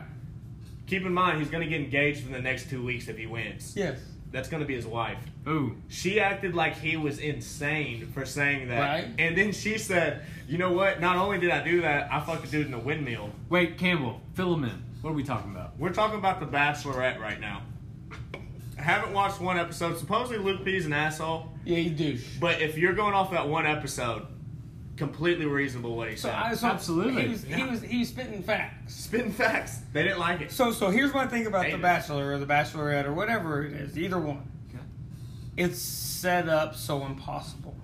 Keep in mind, he's gonna get engaged in the next two weeks if he wins.
Yes.
That's gonna be his wife.
Ooh.
She acted like he was insane for saying that,
Right.
and then she said, "You know what? Not only did I do that, I fucked a dude in a windmill."
Wait, Campbell. Fill him in. What are we talking about?
We're talking about The Bachelorette right now. I haven't watched one episode. Supposedly Luke P is an asshole,
Yeah, you douche.
but if you're going off that one episode, completely reasonable what he
So
said.
I so
Absolutely.
He was, he
Yeah.
was he was spitting facts.
Spin facts. They didn't like it.
So so here's my thing about the
Hated.
Bachelor or the Bachelorette or whatever it is, either one.
Okay.
It's set up so impossible.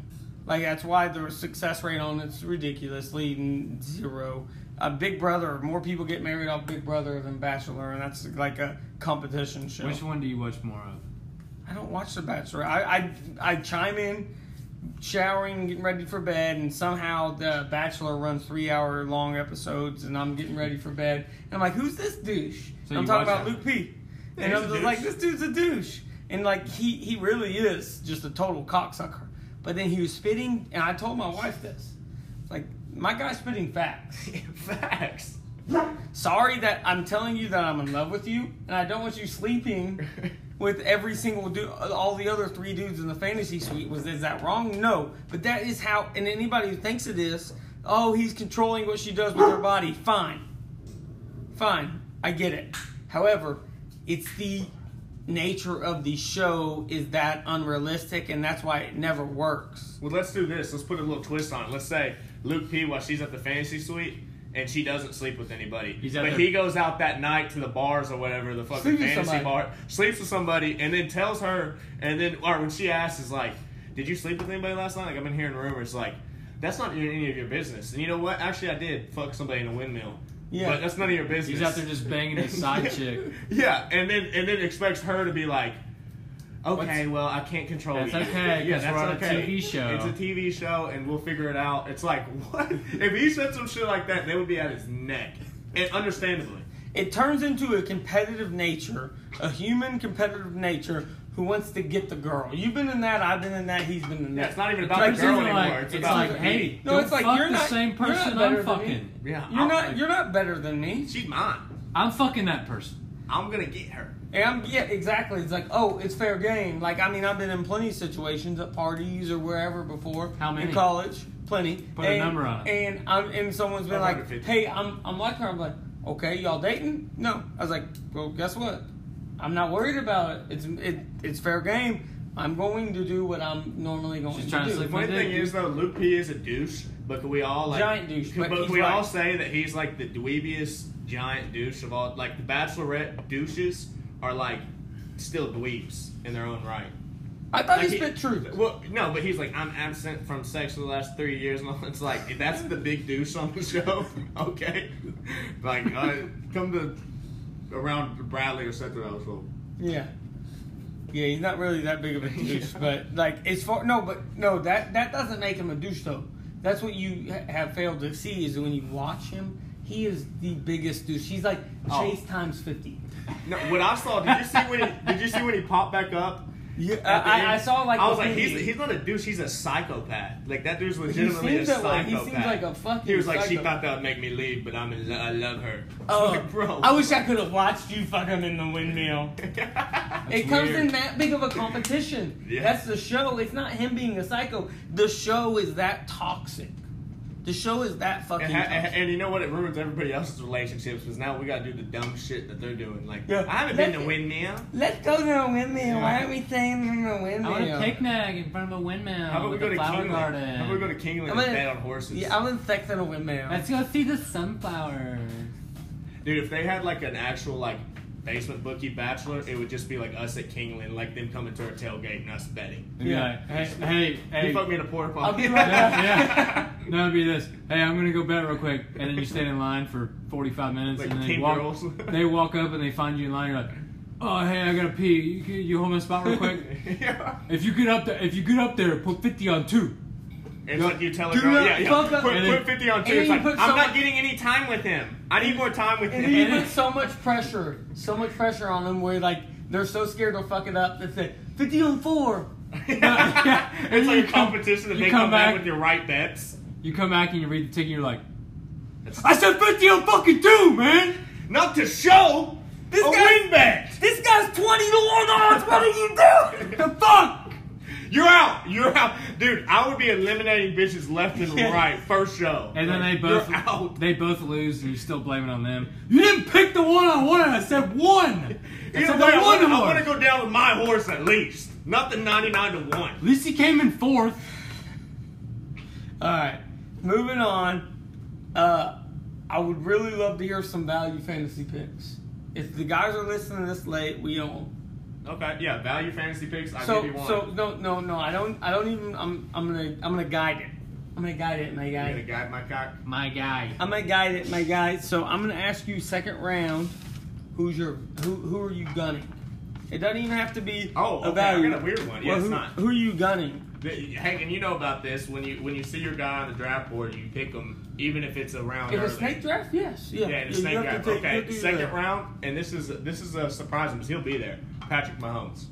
Like that's why the success rate on it's ridiculously n- zero. A Big Brother, more people get married off Big Brother than Bachelor, and that's like a competition show.
Which one do you watch more of?
I don't watch The Bachelor. I, I I chime in, showering, getting ready for bed, and somehow The Bachelor runs three hour long episodes, and I'm getting ready for bed, and I'm like, who's this douche? And
So
I'm
you
talking
watch
about
that.
Luke P. And
he's
I'm
a
just
douche.
like, this dude's a douche, and like he he really is just a total cocksucker. But then he was spitting, and I told my wife this, It's like my guy's spitting facts.
facts.
Sorry that I'm telling you that I'm in love with you, and I don't want you sleeping with every single dude, all the other three dudes in the fantasy suite. Was is that wrong? No, but that is how. And anybody who thinks it is, oh, he's controlling what she does with her body. Fine, fine, I get it. However, it's the nature of the show is that unrealistic, and that's why it never works.
Well, let's do this. Let's put a little twist on it. Let's say Luke P, while she's at the fantasy suite, and she doesn't sleep with anybody.
He's out
but
there-
he goes out that night to the bars or whatever, the fucking
Sleeps with
fantasy
somebody.
bar, sleeps with somebody, and then tells her, and then, or when she asks, is like, Did you sleep with anybody last night? Like, I've been hearing rumors. Like, that's not your, any of your business. And you know what? Actually, I did fuck somebody in a windmill.
Yeah.
But that's none of your business.
He's out there just banging his side chick.
Yeah, and then and then expects her to be like, okay, well I can't control
That's
you.
okay, 'cause we're on a TV show.
It's a TV show, and we'll figure it out. It's like what if he said some shit like that? They would be at his neck, and understandably.
It turns into a competitive nature, a human competitive nature who wants to get the girl. You've been in that, I've been in that, he's been in that.
Yeah, it's not even about
Like,
the girl
it's
anymore.
even
like-
it's,
it's
about
like,
the
hey,
media.
No,
Don't
it's like
fuck
you're
the
not-
same
you're not
person
better
I'm
than me.
fucking.
yeah,
You're
I'm-
not you're not better than me.
She's mine.
I'm fucking that person.
I'm gonna get her.
And I'm yeah, exactly. It's like, oh, it's fair game. Like I mean I've been in plenty of situations at parties or wherever before.
How many?
In college. Plenty.
Put a
and,
number on it.
And I'm and someone's been like,
150.
Hey, I'm I'm like her, I'm like, Okay, y'all dating? No. I was like, Well, guess what? I'm not worried about it. It's it, it's fair game. I'm going to do what I'm normally going
She's
to
trying to
do.
sleep
The funny
Dude.
thing is though, Luke P is a douche, but we all like
Giant douche,
But,
but he's
we all
right.
say that he's like the dweebiest giant douche of all. Like the Bachelorette douches are like still dweebs in their own right.
I thought
Like,
he spit truth.
Well, no, but he's like I'm absent from sex for the last three years, and all. it's like if that's the big douche on the show. Okay, like uh, come to around Bradley or something else.
Yeah. Yeah, he's not really that big of a douche, but like as far no, but no, that that doesn't make him a douche though. That's what you ha- have failed to see is when you watch him, he is the biggest douche. He's like
Oh.
Chase times fifty.
No, what I saw. Did you see when he, did you see when he popped back up?
Yeah,
At the end,
Uh, I, I saw like
I
the
was like,
movie.
he's, he's not a douche. He's a psychopath. Like that dude's
he
legitimately
seems
a
that way.
psychopath.
He seems like a fucking.
He was like, she
psycho.
thought that would make me leave, but I'm in. Lo- I love her.
Oh,
Like, bro.
I wish I could have watched you fuck him in the windmill. it comes
weird.
in that big of a competition.
Yeah.
That's the show. It's not him being a psycho. The show is that toxic. The show is that fucking
And, ha-
toxic.
and, and you know what? It ruins everybody else's relationships because now we gotta do the dumb shit that they're doing. Like,
Yeah.
I haven't
Let-
been to windmill.
Let's go to a windmill. Why aren't we saying we're in a
I
windmill?
want a picnic in front of a windmill
How about we
with
go
a
to
flower
Kingland?
garden.
How about we go to Kingland
I'm
and
in-
bet on horses?
Yeah, I'm in sex in a windmill.
Let's go see the sunflowers.
Dude, if they had like an actual like basement bookie bachelor, it would just be like us at Kingland, like them coming to our tailgate and us betting.
Yeah.
Yeah. Hey, hey,
He
hey.
fucked me in a porta potty.
I'll be right back.
yeah. No, it'd be this. Hey, I'm gonna go bet real quick, and then you stand in line for 45 minutes,
Like
and they
10
walk.
girls.
They walk up and they find you in line. You're like, oh hey, I gotta pee. You can, you hold my spot real quick.
yeah.
if you get up there, if you get up there, put 50 on two.
It's like you tell a
Do
girl,
not
yeah, yeah.
fuck up-
Put,
And
put
then-
50 on two.
and
It's
you
like,
put
I'm not
someone-
getting any time with him. I need more time with
And
him.
then you put so much pressure, so much pressure on them where like they're so scared they'll fuck it up. They say fifty on four.
Yeah.
it's
And
like
you
a
come-
competition to
you
make
come
come back
back.
with your right bets.
You come back and you read the ticket. You're like,
That's-
I said 50 on fucking two, man.
Not to show
This
a
guy-
win bet.
This guy's twenty to one odds. What are you doing? The fuck.
You're out. You're out, dude. I would be eliminating bitches left and
Yeah.
right first show.
And then they
Like,
both
You're out.
they both lose, and you still blame it on them. You didn't pick the one I wanted. I said one. I
Either
said
way,
the
I
one
wanna- I
horse.
want to go down with my horse at least. Not the 99 to one.
At least he came in fourth.
All right, moving on. Uh, I would really love to hear some value fantasy picks. If the guys are listening this late, we don't
Okay, yeah. Value fantasy picks. I
so
give you one.
so no no no I don't I don't even I'm I'm gonna I'm gonna guide it I'm gonna guide it my
I'm
guy
gonna guide my cock.
My guy.
I'm gonna guide it my guy so I'm gonna ask you second round who's your who who are you gunning it doesn't even have to be
Oh, okay,
a
I
value
got a weird one. Yeah,
Well,
it's
who,
not.
who are you gunning
Hey, and you know about this when you when you see your guy on the draft board, you pick him even if it's a round.
if
early.
it's snake draft yes yeah
Yeah, in the
You have
snake
to take-
draft.
you have
Okay,
to do
second
that.
round, and this is this is a surprise because he'll be there. Patrick Mahomes.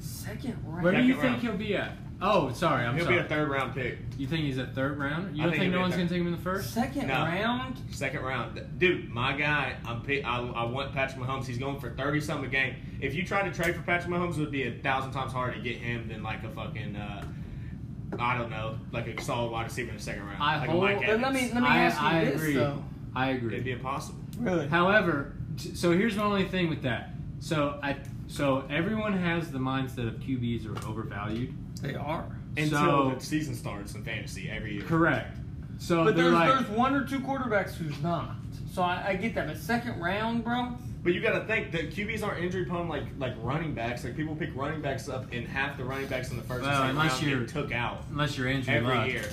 second round
Where do
Second
you think
round.
he'll be at? Oh, sorry. I'm
He'll
sorry.
be a third round pick.
You think he's at third round? You
I
don't think,
think he'll
no
be
one's
a
going
third.
to take him in the first?
Second
No.
round?
Second round, dude. My guy, I'm pick, I, I want Patrick Mahomes. He's going for thirty something a game. If you try to trade for Patrick Mahomes, it would be a thousand times harder to get him than like a fucking, uh, I don't know, like a solid wide receiver in the second round,
I
like
hold-
a Mike
but
But
Evans.
let me let me
I,
ask you
I
this
agree.
though.
I
It'd be
agree.
impossible.
Really?
However, t- so here's my only thing with that. So I, so everyone has the mindset of QBs are overvalued.
They are.
Until
So-
the season starts in fantasy every year.
Correct. So
But
they're
there's
like,
there's one or two quarterbacks who's not. So I, I get that. But second round, bro.
But you got to think that QBs aren't injury prone like like running backs. Like people pick running backs up, and half the running backs in the first and
Well,
second
unless
round get
you're-
took out
unless you're Andrew
every
Luck.
year.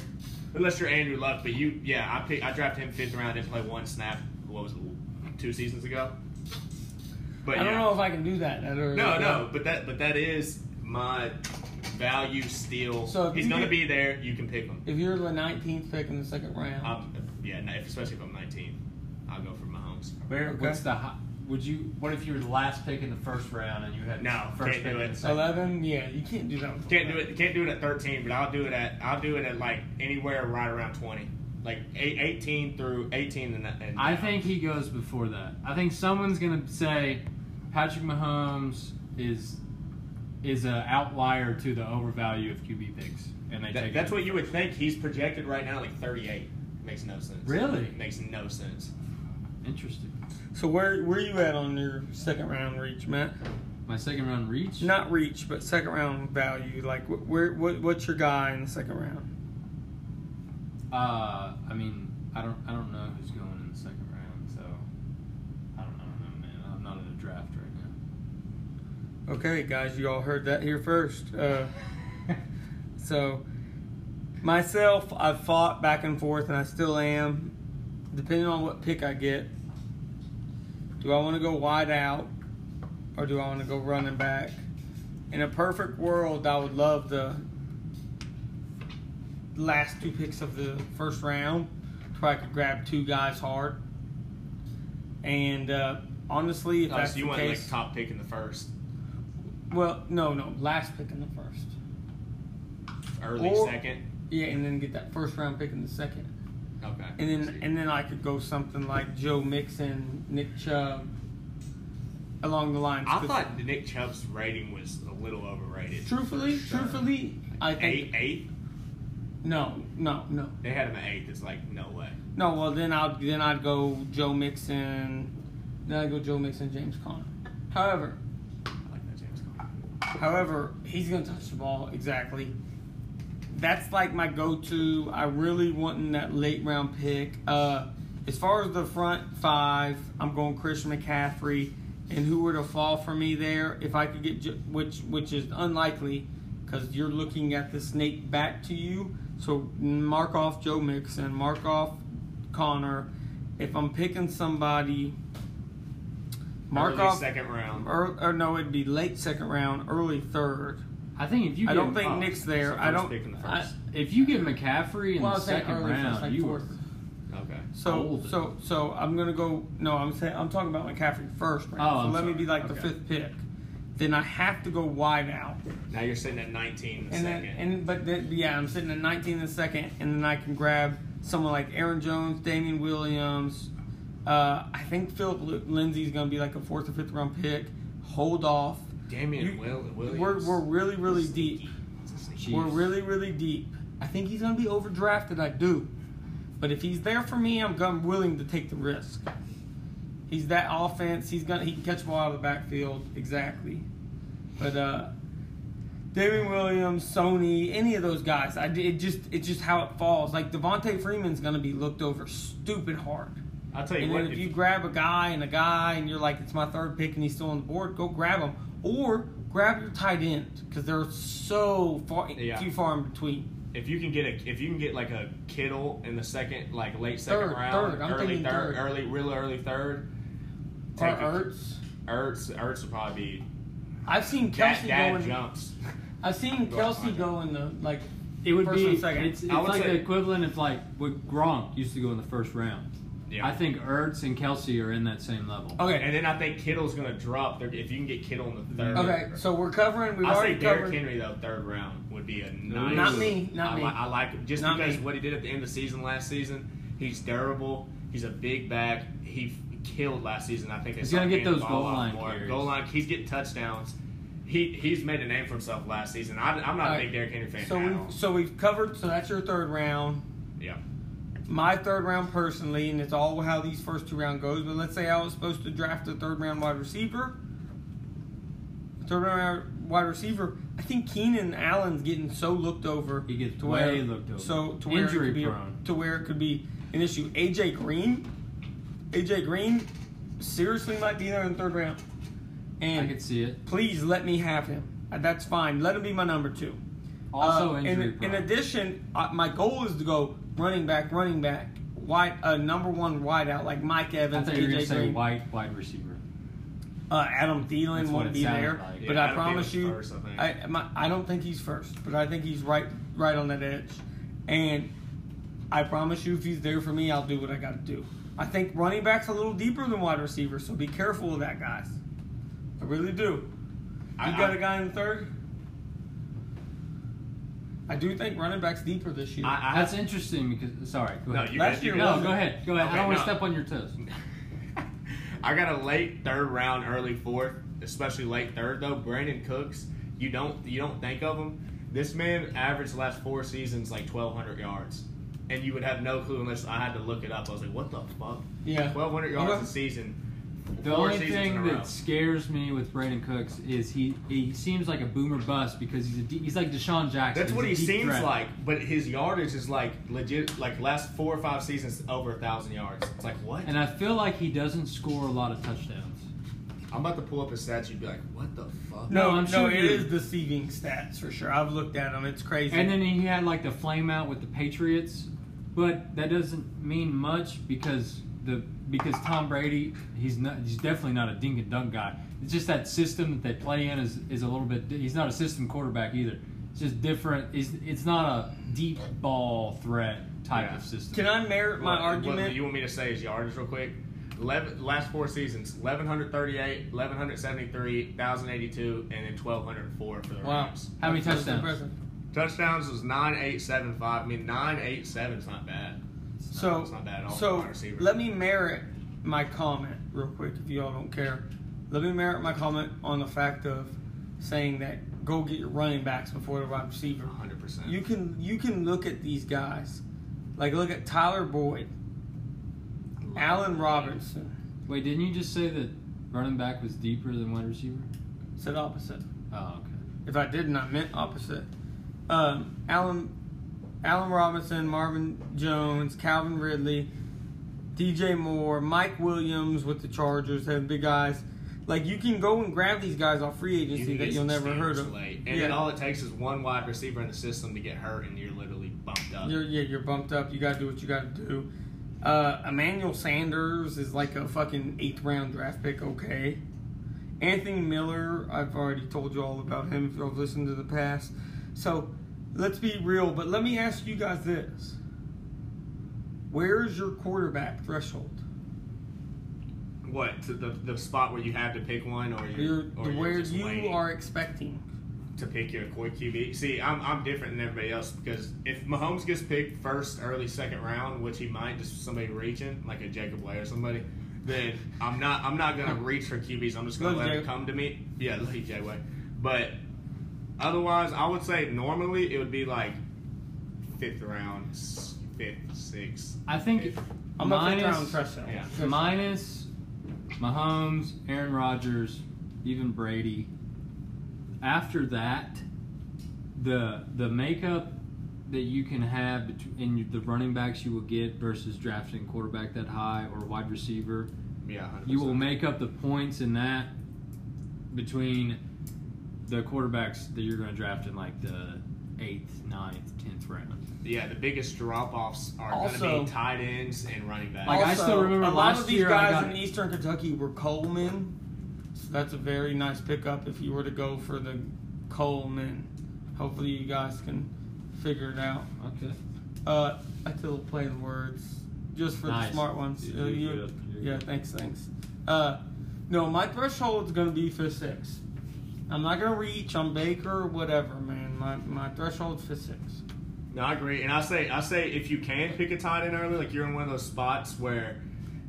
Unless you're Andrew Luck, but you yeah, I pick, I drafted him fifth round, didn't play one snap. What was it, two seasons ago? But
I don't
yeah.
know if I can do that. that early.
no, no, but that but that is my value steal.
So if
he's
you
gonna
get-
be there. You can pick him.
If you're the 19th pick in the second round,
I'm, yeah, if, especially if I'm 19, I'll go for Mahomes.
where
What's the? hi- Would you? What if you were the last pick in the first round and you had
No,
first
can't
pick
do
in
it.
the second?
11? Yeah, you can't do that. with
Can't do it. Can't do it at 13, but I'll do it at. I'll do it at like anywhere right around 20, like eight, 18 through 18 and. and
I think he goes before that. I think someone's gonna say Patrick Mahomes is is an outlier to the overvalue of QB picks, and they
That,
take
that's
it.
what you would think. He's projected right now like 38. Makes no sense.
Really?
Makes no sense.
Interesting.
So where where you at on your second round reach, Matt?
My second round reach.
Not reach, but second round value. Like wh- where what what's your guy in the second round?
Uh, I mean, I don't, I don't know who's going in the second round, so I don't, I don't know, man. I'm not in a draft right now.
Okay, guys, you all heard that here first. Uh, so myself, I fought back and forth, and I still am. Depending on what pick I get, do I want to go wide out or do I want to go running back? In a perfect world, I would love the last two picks of the first round, to where I could grab two guys hard. And uh, honestly, if
Oh,
that's
so you
the
want
case,
like top pick in the first,
well, no, no, last pick in the first.
early
Or-
second.
Yeah, and then get that first round pick in the second,
Okay.
and then and then I could go something like Joe Mixon, Nick Chubb, along the lines.
I
'Cause
thought Nick Chubb's rating was a little overrated.
truthfully, truthfully, I think
Eight, eight.
no, no, no,
They had him at eight. It's like no way.
no. Well, then I'd then I'd go Joe Mixon, then I'd go Joe Mixon, James Conner. However,
I like that James Conner.
However, he's going to touch the ball exactly. That's like my go-to. I really wanting that late round pick. Uh, as far as the front five, I'm going Christian McCaffrey, and who were to fall for me there if I could get J- which which is unlikely because you're looking at the snake back to you. So mark off Joe Mixon, mark off Connor. If I'm picking somebody, mark
Early
off
second round.
or, or no, it'd be late second round, early third.
I think if you
I
get-
don't think
oh,
Nick's there.
so
I
first
don't.
pick in the
I-
first.
if you get McCaffrey in
well,
the
I'm saying
second
early first,
round,
like
you
fourth.
Okay.
So
Golden.
so so I'm gonna go. No, I'm saying I'm talking about McCaffrey first. Right?
Oh,
so
I'm
let me
sorry.
be like the
Okay.
fifth pick. Then I have to go wide out,
Now you're sitting at 19 in the
and then,
second.
and but then, yeah, I'm sitting at 19 in the second, and then I can grab someone like Aaron Jones, Damian Williams. Uh, I think Philip Lindsay's gonna be like a fourth or fifth round pick. Hold off.
Damian
You-
Will, Williams.
We're we're really really deep. We're
Chiefs.
really, really deep. I think he's going to be overdrafted. I do. But if he's there for me, I'm gun- willing to take the risk. He's that offense. He's gonna he can catch the ball out of the backfield exactly. But uh, David Williams, Sony, any of those guys, I d- it just it's just how it falls. Like Devontae Freeman's gonna be looked over stupid hard.
I'll tell you
and
what.
then if you grab a guy and a guy and you're like, it's my third pick and he's still on the board, go grab him. Or grab your tight end because they're so far,
Yeah.
few far in between.
if you can get a if you can get like a Kittle in the second like late second
Third,
round,
third. I'm
early
thinking third.
early real early third.
Or
Take it.
Ertz.
Ertz Ertz would probably be
I've seen
that,
Kelsey
that
go in.
jumps.
I've seen
Go
Kelsey
on,
go in the like.
It would
First
be
and second.
it's, it's
I would
like
say-
the equivalent of like what Gronk used to go in the first round.
Yeah.
I think Ertz and Kelsey are in that same level.
Okay.
And then I think Kittle's going to drop. There, if you can get Kittle in the third.
Okay. So we're covering. We've
I say
already
Derrick
covered.
Henry though third round would be a nice.
Not me, not
I,
me.
Li- I like him just
Not
because
me.
what he did at the end of the season last season. He's durable. He's a big back. He f- killed last season. I think they
He's
saw
gonna
him
get
hand the
those
ball
goal
off
line
more.
carries.
Goal line. He's getting touchdowns. He he's made a name for himself last season. I, I'm not
All
a
right.
big Derrick Henry fan
So
at
we've
all.
so we've covered. So that's your third round.
yeah.
My third round personally, and it's all how these first two round goes. But let's say I was supposed to draft a third round wide receiver. Third round wide receiver. I think Keenan Allen's getting so looked over.
He gets
to
way looked over.
So to where
Injury
it could be,
prone.
To where it could be an issue. AJ Green. AJ Green seriously might be there in the third round. And
I could see it.
please let me have him. Uh, That's fine. Let him be my number two.
Also
Uh,
injury
in, in
prone.
addition, uh, my goal is to go running back, running back, wide, uh, number one wideout like Mike
I
Evans,
thought you were going to
AJ
say
Green,
wide wide receiver.
uh, Adam Thielen
That's what
won't
it
be
sounded
there.
like.
But
Yeah,
I
Adam
promise
Thielen's
you,
first, I
I,
think.
my, I don't think he's first, but I think he's right, right on that edge. And I promise you, if he's there for me, I'll do what I got to do. I think running back's a little deeper than wide receiver, so be careful of that, guys. I really do. You
I-
got
I-
a guy in third? I do think running back's deeper this year.
I, I
That's interesting because sorry. Go
No,
ahead.
you
Last
got, you
year
no,
got-
wasn't.
go ahead. Go ahead. I
Okay,
don't want
no.
to step on your toes.
I got a late third round, early fourth, especially late third though. Brandon Cooks, you don't you don't think of him. This man averaged the last four seasons like twelve hundred yards, and you would have no clue unless I had to look it up. I was like, what the fuck?
Yeah.
twelve hundred yards
Okay.
a season.
The
four
only
seasons in a
thing
row.
that scares me with Brandon Cooks is he he seems like a boomer bust because he's a de- he's like Deshaun Jackson.
That's what he
He's a deep
seems
threat.
like, but his yardage is like legit. Like last four or five seasons, over a thousand yards. It's like what?
And I feel like he doesn't score a lot of touchdowns.
I'm about to pull up his stats. You'd be like, what the fuck?
no,
No, I'm
no,
sure
it
you-
is deceiving stats for sure. I've looked at them; it's crazy.
And then he had like the flame out with the Patriots, but that doesn't mean much because the because Tom Brady he's not he's definitely not a dink and dunk guy. It's just that system that they play in is, is a little bit. He's not a system quarterback either. It's just different. It's, it's not a deep ball threat type
Yeah.
of system.
can I merit my
What- What
argument?
you want me to say is yardage real quick. 11, last four seasons, 1,138, 1,173, 1,082, and then 1,204 for the
Wow.
Rams.
How many
That's
touchdowns?
impressive.
Touchdowns was 9,875. I mean, 987 is not bad. It's not-
So,
it's not bad at all for
so
wide receiver.
let me merit my comment real quick, if y'all don't care. Let me merit my comment on the fact of saying that go get your running backs before the wide receiver.
100%.
You can you can look at these guys, like look at Tyler Boyd, Allen Robinson.
Wait, didn't you just say that running back was deeper than wide receiver?
Said opposite.
Oh, okay.
If I didn't, I meant opposite. Um, Allen, Allen Robinson, Marvin Jones, Calvin Ridley, DJ Moore, Mike Williams with the Chargers, have big guys. Like you can go and grab these guys off free
You
agency
can
that
get
you'll
some
never heard
steals
of.
late. And then
yeah,
all it takes is one wide receiver in the system to get hurt, and you're literally bumped up.
you're yeah you're bumped up. You gotta do what you gotta do. Uh, Emmanuel Sanders is like a fucking eighth round draft pick. Okay. Anthony Miller, I've already told you all about him if you've listened to the past. So let's be real, but let me ask you guys this. Where is your quarterback threshold?
what? To the, the spot where you have to pick one, or
Your,
you're,
the,
or you're
where
just
you
waiting?
are expecting.
to pick your core QB. See, I'm, I'm different than everybody else because if Mahomes gets picked first, early second round, which he might, just somebody reaching like a Jacob Blair or somebody, then I'm not I'm not gonna reach for QBs. I'm just gonna
Look,
let
Jay-
him come to me. Yeah, look Jay Way. But otherwise, I would say normally it would be like fifth round, s- fifth, sixth.
I think
I'm a fifth
minus
round threshold.
Yeah.
Threshold.
minus Mahomes, Aaron Rodgers, even Brady. After that, the the makeup that you can have between and you- the running backs you will get versus drafting quarterback that high or wide receiver,
Yeah, 100%.
you will make up the points in that between the quarterbacks that you're going to draft in like the eighth, ninth, tenth round.
Yeah, the biggest drop offs are
Also-
gonna be tight ends and running backs.
Like, I
Also,
still remember
a lot
last
of these
year I
guys
got-
in Eastern Kentucky were Coleman, so that's a very nice pickup if you were to go for the Coleman. Hopefully, you guys can figure it out.
Okay.
Uh, I still play the words just for
Nice.
the smart ones.
You-
Uh,
you-
you-
you're- you're
yeah,
good.
thanks, thanks. Uh, no, my threshold's gonna be for six. I'm not gonna reach on Baker or whatever, man. My my threshold's for six.
No, I agree, and I say I say if you can pick a tight end early, like you're in one of those spots where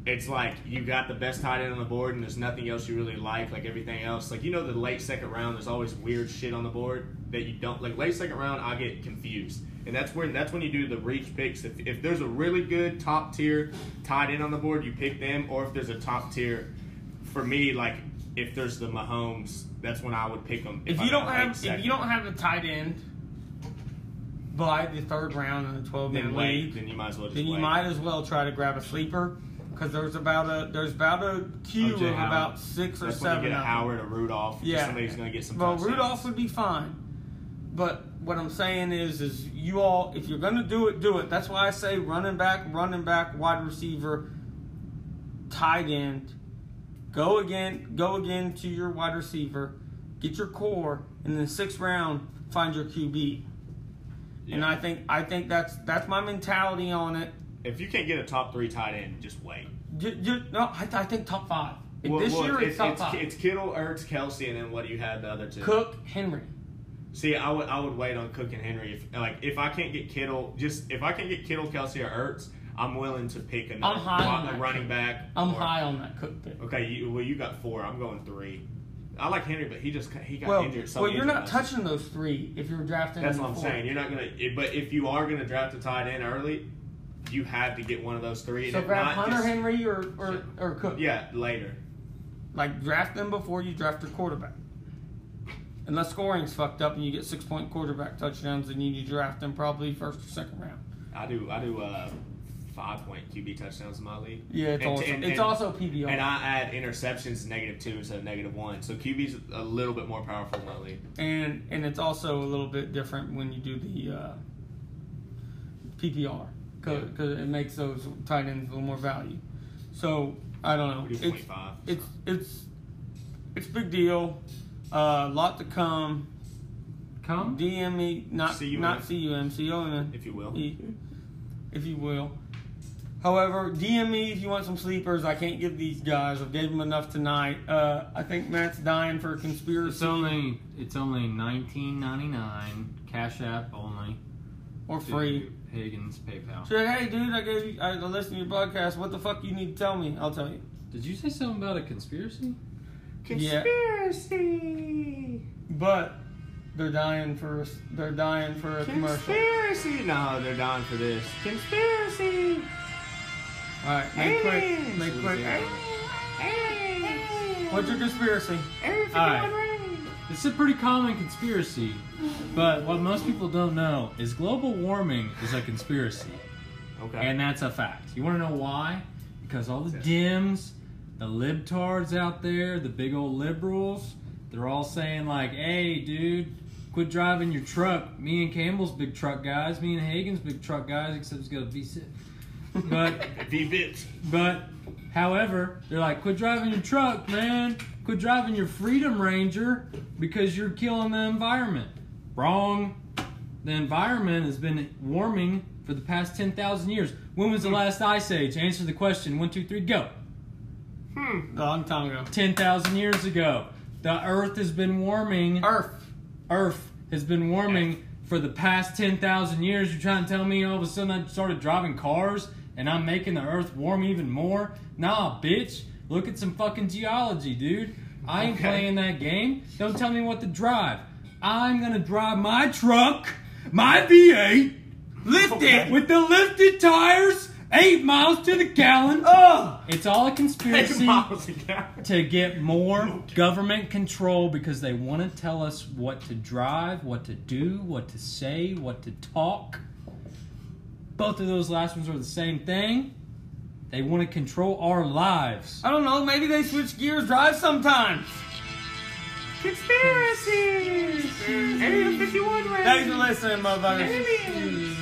it's like you got the best tight end on the board, and there's nothing else you really like, like everything else. Like you know, the late second round, there's always weird shit on the board that you don't like. Late second round, I get confused, and that's when that's when you do the reach picks. If, if there's a really good top tier tight end on the board, you pick them, or if there's a top tier, for me, like if there's the Mahomes, that's when I would pick them.
If
I
you
got
don't
late
have if
second.
you don't have a tight end by the third round in the 12
then
man
wait,
league,
then you might as well just
then you
wait.
might as well try to grab a sleeper because there's about a there's about a queue of
O.J. Howard.
about six or
That's
seven.
when you get
of
a
them.
Howard or Rudolph.
Yeah.
somebody's gonna get some.
Well,
touchdowns.
Rudolph would be fine, but what I'm saying is, is you all, if you're gonna do it, do it. That's why I say running back, running back, wide receiver, tight end. Go again, go again to your wide receiver, get your core, and then sixth round, find your QB. And
Yeah.
I think, I think that's that's my mentality on it.
If you can't get a top three tight end, just wait.
You, you, no, I, I think top five. And
Well,
this
well,
year it's, top
it's,
five.
it's Kittle, Ertz, Kelsey, and then what do you have the other two?
Cook Henry.
See, I would I would wait on Cook and Henry. If like if I can't get Kittle, just if I can't get Kittle, Kelsey, or Ertz, I'm willing to pick another
I'm high on
a
that.
running back.
I'm
or-
high on that Cook pick.
Okay, you, well you got four. I'm going three. I like Henry, but he just he got
Well,
injured. So
well, you're
injured
not
last
touching those three if you're drafting.
That's
them
what I'm
before.
saying. You're not gonna, if- but if you are gonna draft a tight end early, you have to get one of those three.
So
if
grab
not,
Hunter
just-
Henry or, or, or Cook.
Yeah, later.
Like draft them before you draft your quarterback. Unless scoring's fucked up and you get six point quarterback touchdowns, then you need to draft them probably first or second round.
I do. I do. Uh, Five point QB touchdowns in my league.
Yeah, it's
And-
also
and-
it's
and-
also E PBR.
And I add interceptions negative two instead of negative one, so QB's a little bit more powerful in my league.
and and it's also a little bit different when you do the uh, PPR because
Yeah.
it makes those tight ends a little more value. So I don't know.
We do
It's-
25,
It's it's it's a big deal. A uh, lot to come.
Come.
DM me not
C-U-M.
not cum cum
if you will.
E, if you will. However, DM me if you want some sleepers. I can't give these guys. I've gave them enough tonight. Uh, I think Matt's dying for a
It's
conspiracy
only it's only 19.99 Cash App only.
or free.
Higgins PayPal.
Said, hey, dude, I gave you, I listened to your podcast. What the fuck you need to tell me? I'll tell you.
Did you say something about a conspiracy?
Yeah.
Conspiracy.
But they're dying for a, s- they're dying for a commercial. All
Conspiracy. No, they're dying for this. Conspiracy.
right, make
Hey.
quick, make quick. What's your conspiracy?
It's a pretty common conspiracy, but what most people don't know is global warming is a conspiracy,
Okay.
and that's a fact. You want to know why? Because all the dims, the libtards out there, the big old liberals, they're all saying like, "Hey, dude." Quit driving your truck. Me and Campbell's big truck guys. Me and Hagen's big truck guys. Except it's got a V6. But
the bitch.
But, however, they're like, quit driving your truck, man. Quit driving your Freedom Ranger because you're killing the environment. Wrong. The environment has been warming for the past 10,000 years. When was the last ice age? Answer the question. One, two, three, go.
A long time ago.
10,000 years ago. The Earth has been warming.
Earth.
Earth has been warming for the past 10,000 years. You're trying to tell me all of a sudden I started driving cars and I'm making the Earth warm even more? Nah, bitch. Look at some fucking geology, dude. I ain't
Okay.
playing that game. Don't tell me what to drive. I'm gonna drive my truck, my V8, lift
Okay.
it with the lifted tires, eight miles to the gallon.
Oh,
It's all a
Eight
conspiracy
miles a gallon.
to get more government control because they want to tell us what to drive, what to do, what to say, what to talk. Both of those last ones are the same thing. They want to control our lives.
I don't know. Maybe they switch gears, drive sometimes.
Conspiracy. Area 51
Thanks for listening, motherfuckers.